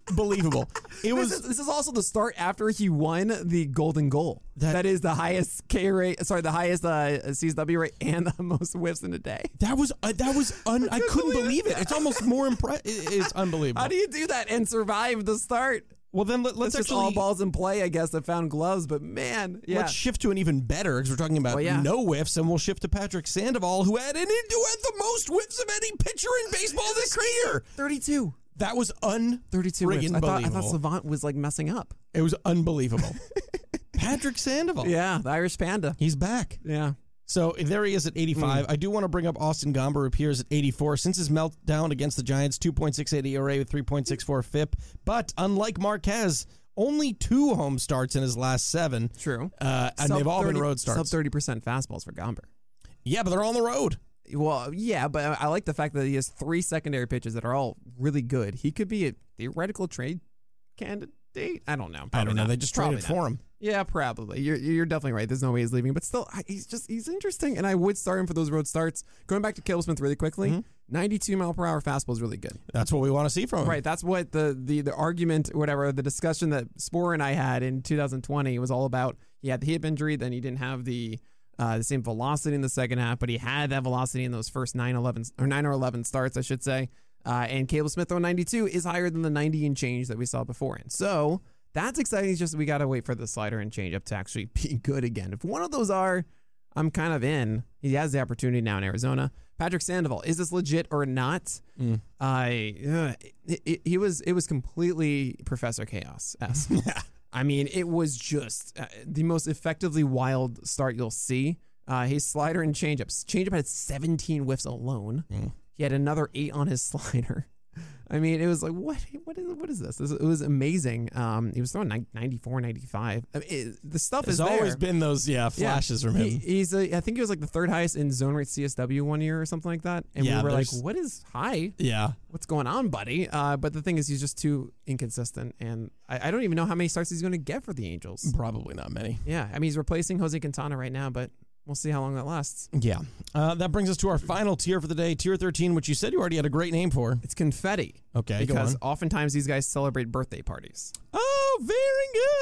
Speaker 1: unbelievable. it
Speaker 2: This
Speaker 1: was
Speaker 2: is, this is also the start after he won the golden goal. that is the highest K rate, sorry, the highest uh, CSW rate [LAUGHS] and the most whiffs in a day.
Speaker 1: that was uh, that was un, I couldn't believe it. It's almost more impressive. It's
Speaker 2: How
Speaker 1: unbelievable.
Speaker 2: do you do that and survive the start?
Speaker 1: well, then let,
Speaker 2: It's
Speaker 1: let's
Speaker 2: just
Speaker 1: actually
Speaker 2: all balls in play, I guess. I found gloves, but man, yeah.
Speaker 1: Let's shift to an even better because we're talking about
Speaker 2: Well, yeah.
Speaker 1: no whiffs, and we'll shift to Patrick Sandoval, who had an, who had the most whiffs of any pitcher in baseball this year.
Speaker 2: 32.
Speaker 1: That was un
Speaker 2: 32 whiffs. I thought, I thought
Speaker 1: believable.
Speaker 2: Savant was like messing up.
Speaker 1: It was
Speaker 2: [LAUGHS]
Speaker 1: unbelievable. Patrick Sandoval.
Speaker 2: Yeah, the Irish Panda.
Speaker 1: He's back.
Speaker 2: Yeah.
Speaker 1: So there he is at
Speaker 2: Hmm.
Speaker 1: 85. I do want to bring up Austin Gomber who appears at 84 since his meltdown against the Giants, 2.68 ERA E with 3.64 FIP. But unlike Marquez, only two home starts in his last seven.
Speaker 2: True.
Speaker 1: Uh, and
Speaker 2: Sub
Speaker 1: they've all
Speaker 2: 30
Speaker 1: been road starts.
Speaker 2: Sub 30% fastballs for Gomber.
Speaker 1: yeah, but they're on the road.
Speaker 2: Well, yeah, but I- I like the fact that he has three secondary pitches that are all really good. He could be a theoretical trade candidate. I don't know.
Speaker 1: I don't
Speaker 2: Probably
Speaker 1: know.
Speaker 2: not.
Speaker 1: They just
Speaker 2: Probably
Speaker 1: traded
Speaker 2: not.
Speaker 1: for him.
Speaker 2: Yeah, probably. You're you're definitely right. There's no way he's leaving, but still, I, he's just he's interesting, and I would start him for those road starts. Going back to Caleb Smith really quickly,
Speaker 1: Mm-hmm.
Speaker 2: 92 mile per hour fastball is really good.
Speaker 1: That's what we want to see from him.
Speaker 2: Right, that's what the the the argument, whatever, the discussion that Spore and I had in 2020 was all about. He had the hip injury, then he didn't have the uh, the same velocity in the second half, but he had that velocity in those first nine eleven or nine or eleven starts, I should say. Uh, and Caleb Smith on 92 is higher than the 90 and change that we saw before. And so that's exciting. It's just we got to wait for the slider and changeup to actually [LAUGHS] be good again. If one of those are, I'm kind of in. He has the opportunity now in Arizona. Patrick Sandoval, is this legit or not? I ugh, it, it, he was it was completely Professor Chaos esque. I mean, it was just uh, the most effectively wild start you'll see. Uh, his slider and changeups. Changeup had 17 whiffs alone. He had another eight on his [LAUGHS] slider. I mean, it was like what what is what is this? this it was amazing. Um, he was throwing nine- 94, 95. I mean, it- the stuff
Speaker 1: There's
Speaker 2: is there.
Speaker 1: always been those yeah
Speaker 2: Yeah.
Speaker 1: flashes from him.
Speaker 2: He, he's a, I think he was like the third highest in zone rate CSW one year or something like that. And
Speaker 1: Yeah,
Speaker 2: we were like,
Speaker 1: there's-
Speaker 2: what is high?
Speaker 1: yeah.
Speaker 2: what's going on, buddy? Uh, but the thing is, he's just too inconsistent, and I, I don't even know how many starts he's going to get for the Angels.
Speaker 1: Probably not many.
Speaker 2: Yeah, I mean, he's replacing Jose Quintana right now, but we'll see how long that lasts.
Speaker 1: Yeah. Uh, that brings us to our final tier for the day, tier 13, which you said you already had a great name for.
Speaker 2: It's confetti
Speaker 1: Okay,
Speaker 2: because
Speaker 1: go on.
Speaker 2: oftentimes these guys celebrate birthday parties.
Speaker 1: Oh,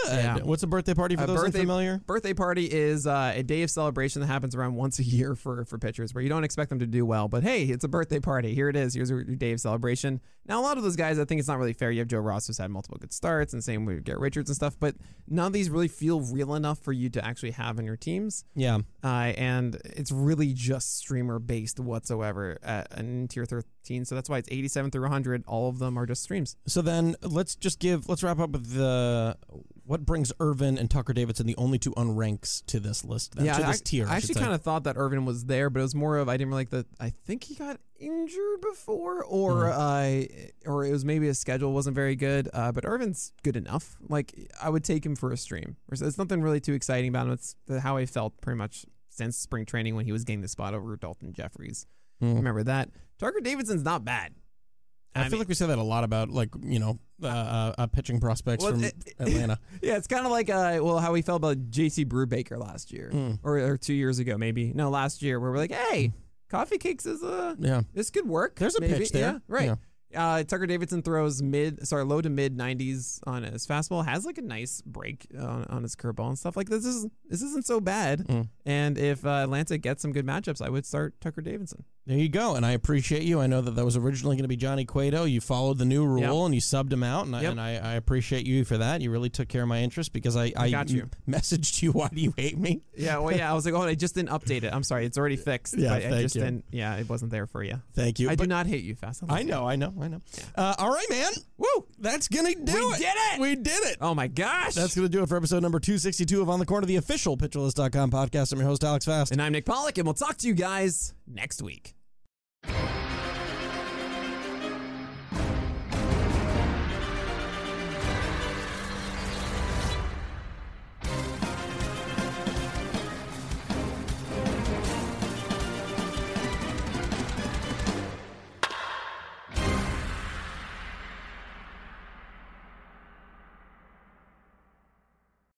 Speaker 1: very good.
Speaker 2: Yeah.
Speaker 1: What's a birthday party for
Speaker 2: A
Speaker 1: those
Speaker 2: Uh, birthday-
Speaker 1: unfamiliar?
Speaker 2: Birthday party is uh, a day of celebration that happens around [LAUGHS] once a year for for pitchers, where you don't expect them to do well, but hey, it's a birthday party. Here it is. Here's your your day of celebration. Now, a lot of those guys, I think it's not really fair. You have Joe Ross who's had multiple good starts, and same with Garrett Richards and stuff, but none of these really feel real enough for you to actually have on your teams.
Speaker 1: Yeah.
Speaker 2: Uh, and it's really just streamer based whatsoever at, in tier 13. So that's why it's 87 through 100. All of them are just streams.
Speaker 1: So then let's just give, let's wrap up with the, what brings Irvin and Tucker Davidson, the only two unranks to this list, then, to
Speaker 2: I,
Speaker 1: this tier.
Speaker 2: I actually kind of thought that Irvin was there, but it was more of I didn't really like the. I think he got injured before, or uh, or it was maybe his schedule wasn't very good. Uh, but Irvin's good enough. Like I would take him for a stream. There's there's nothing really too exciting about him. It's the, how I felt pretty much since spring training when he was getting the spot over Dalton Jeffries. Remember that Tucker Davidson's not bad.
Speaker 1: Mm. I, feel like we say that a lot about, like, you know, uh, uh, uh, pitching prospects
Speaker 2: Well,
Speaker 1: from
Speaker 2: it- [LAUGHS]
Speaker 1: Atlanta.
Speaker 2: Yeah, it's kind of like uh, well, how we felt about J.C. Brubaker last year, or, or two years ago, maybe. No, last year, where we're like, hey, coffee cakes is a
Speaker 1: Yeah.
Speaker 2: this could work.
Speaker 1: There's a
Speaker 2: maybe.
Speaker 1: pitch there.
Speaker 2: yeah, right. Uh, Tucker Davidson throws mid, sorry, low to mid 90s on his fastball. Has like a nice break on, on his curveball and stuff. Like this is this isn't so bad.
Speaker 1: Mm.
Speaker 2: And if uh, Atlanta gets some good matchups, I would start Tucker Davidson.
Speaker 1: There you go, and I appreciate you. I know that that was originally going to be Johnny Cueto. You followed the new rule
Speaker 2: Yep.
Speaker 1: and you subbed him out, and, I,
Speaker 2: Yep.
Speaker 1: and I, I appreciate you for that. You really took care of my interest because I, I,
Speaker 2: got you.
Speaker 1: messaged you, "Why do you hate me?"
Speaker 2: Yeah, well, yeah. I was like, oh, I just didn't update it. I'm sorry, it's already fixed.
Speaker 1: Yeah,
Speaker 2: but I
Speaker 1: thank
Speaker 2: just
Speaker 1: you.
Speaker 2: didn't. Yeah, it wasn't there for you.
Speaker 1: Thank you.
Speaker 2: I
Speaker 1: But-
Speaker 2: do not hate you, fast.
Speaker 1: I know, I know, I know. Uh, all right, man. Woo! That's gonna do
Speaker 2: We
Speaker 1: it.
Speaker 2: did it!
Speaker 1: We did it.
Speaker 2: Oh my gosh!
Speaker 1: That's gonna do it for episode number two sixty two of On the Corner, the official PitcherList.com podcast. I'm your host Alex Fast.
Speaker 2: And I'm Nick Pollock, and we'll talk to you guys next week.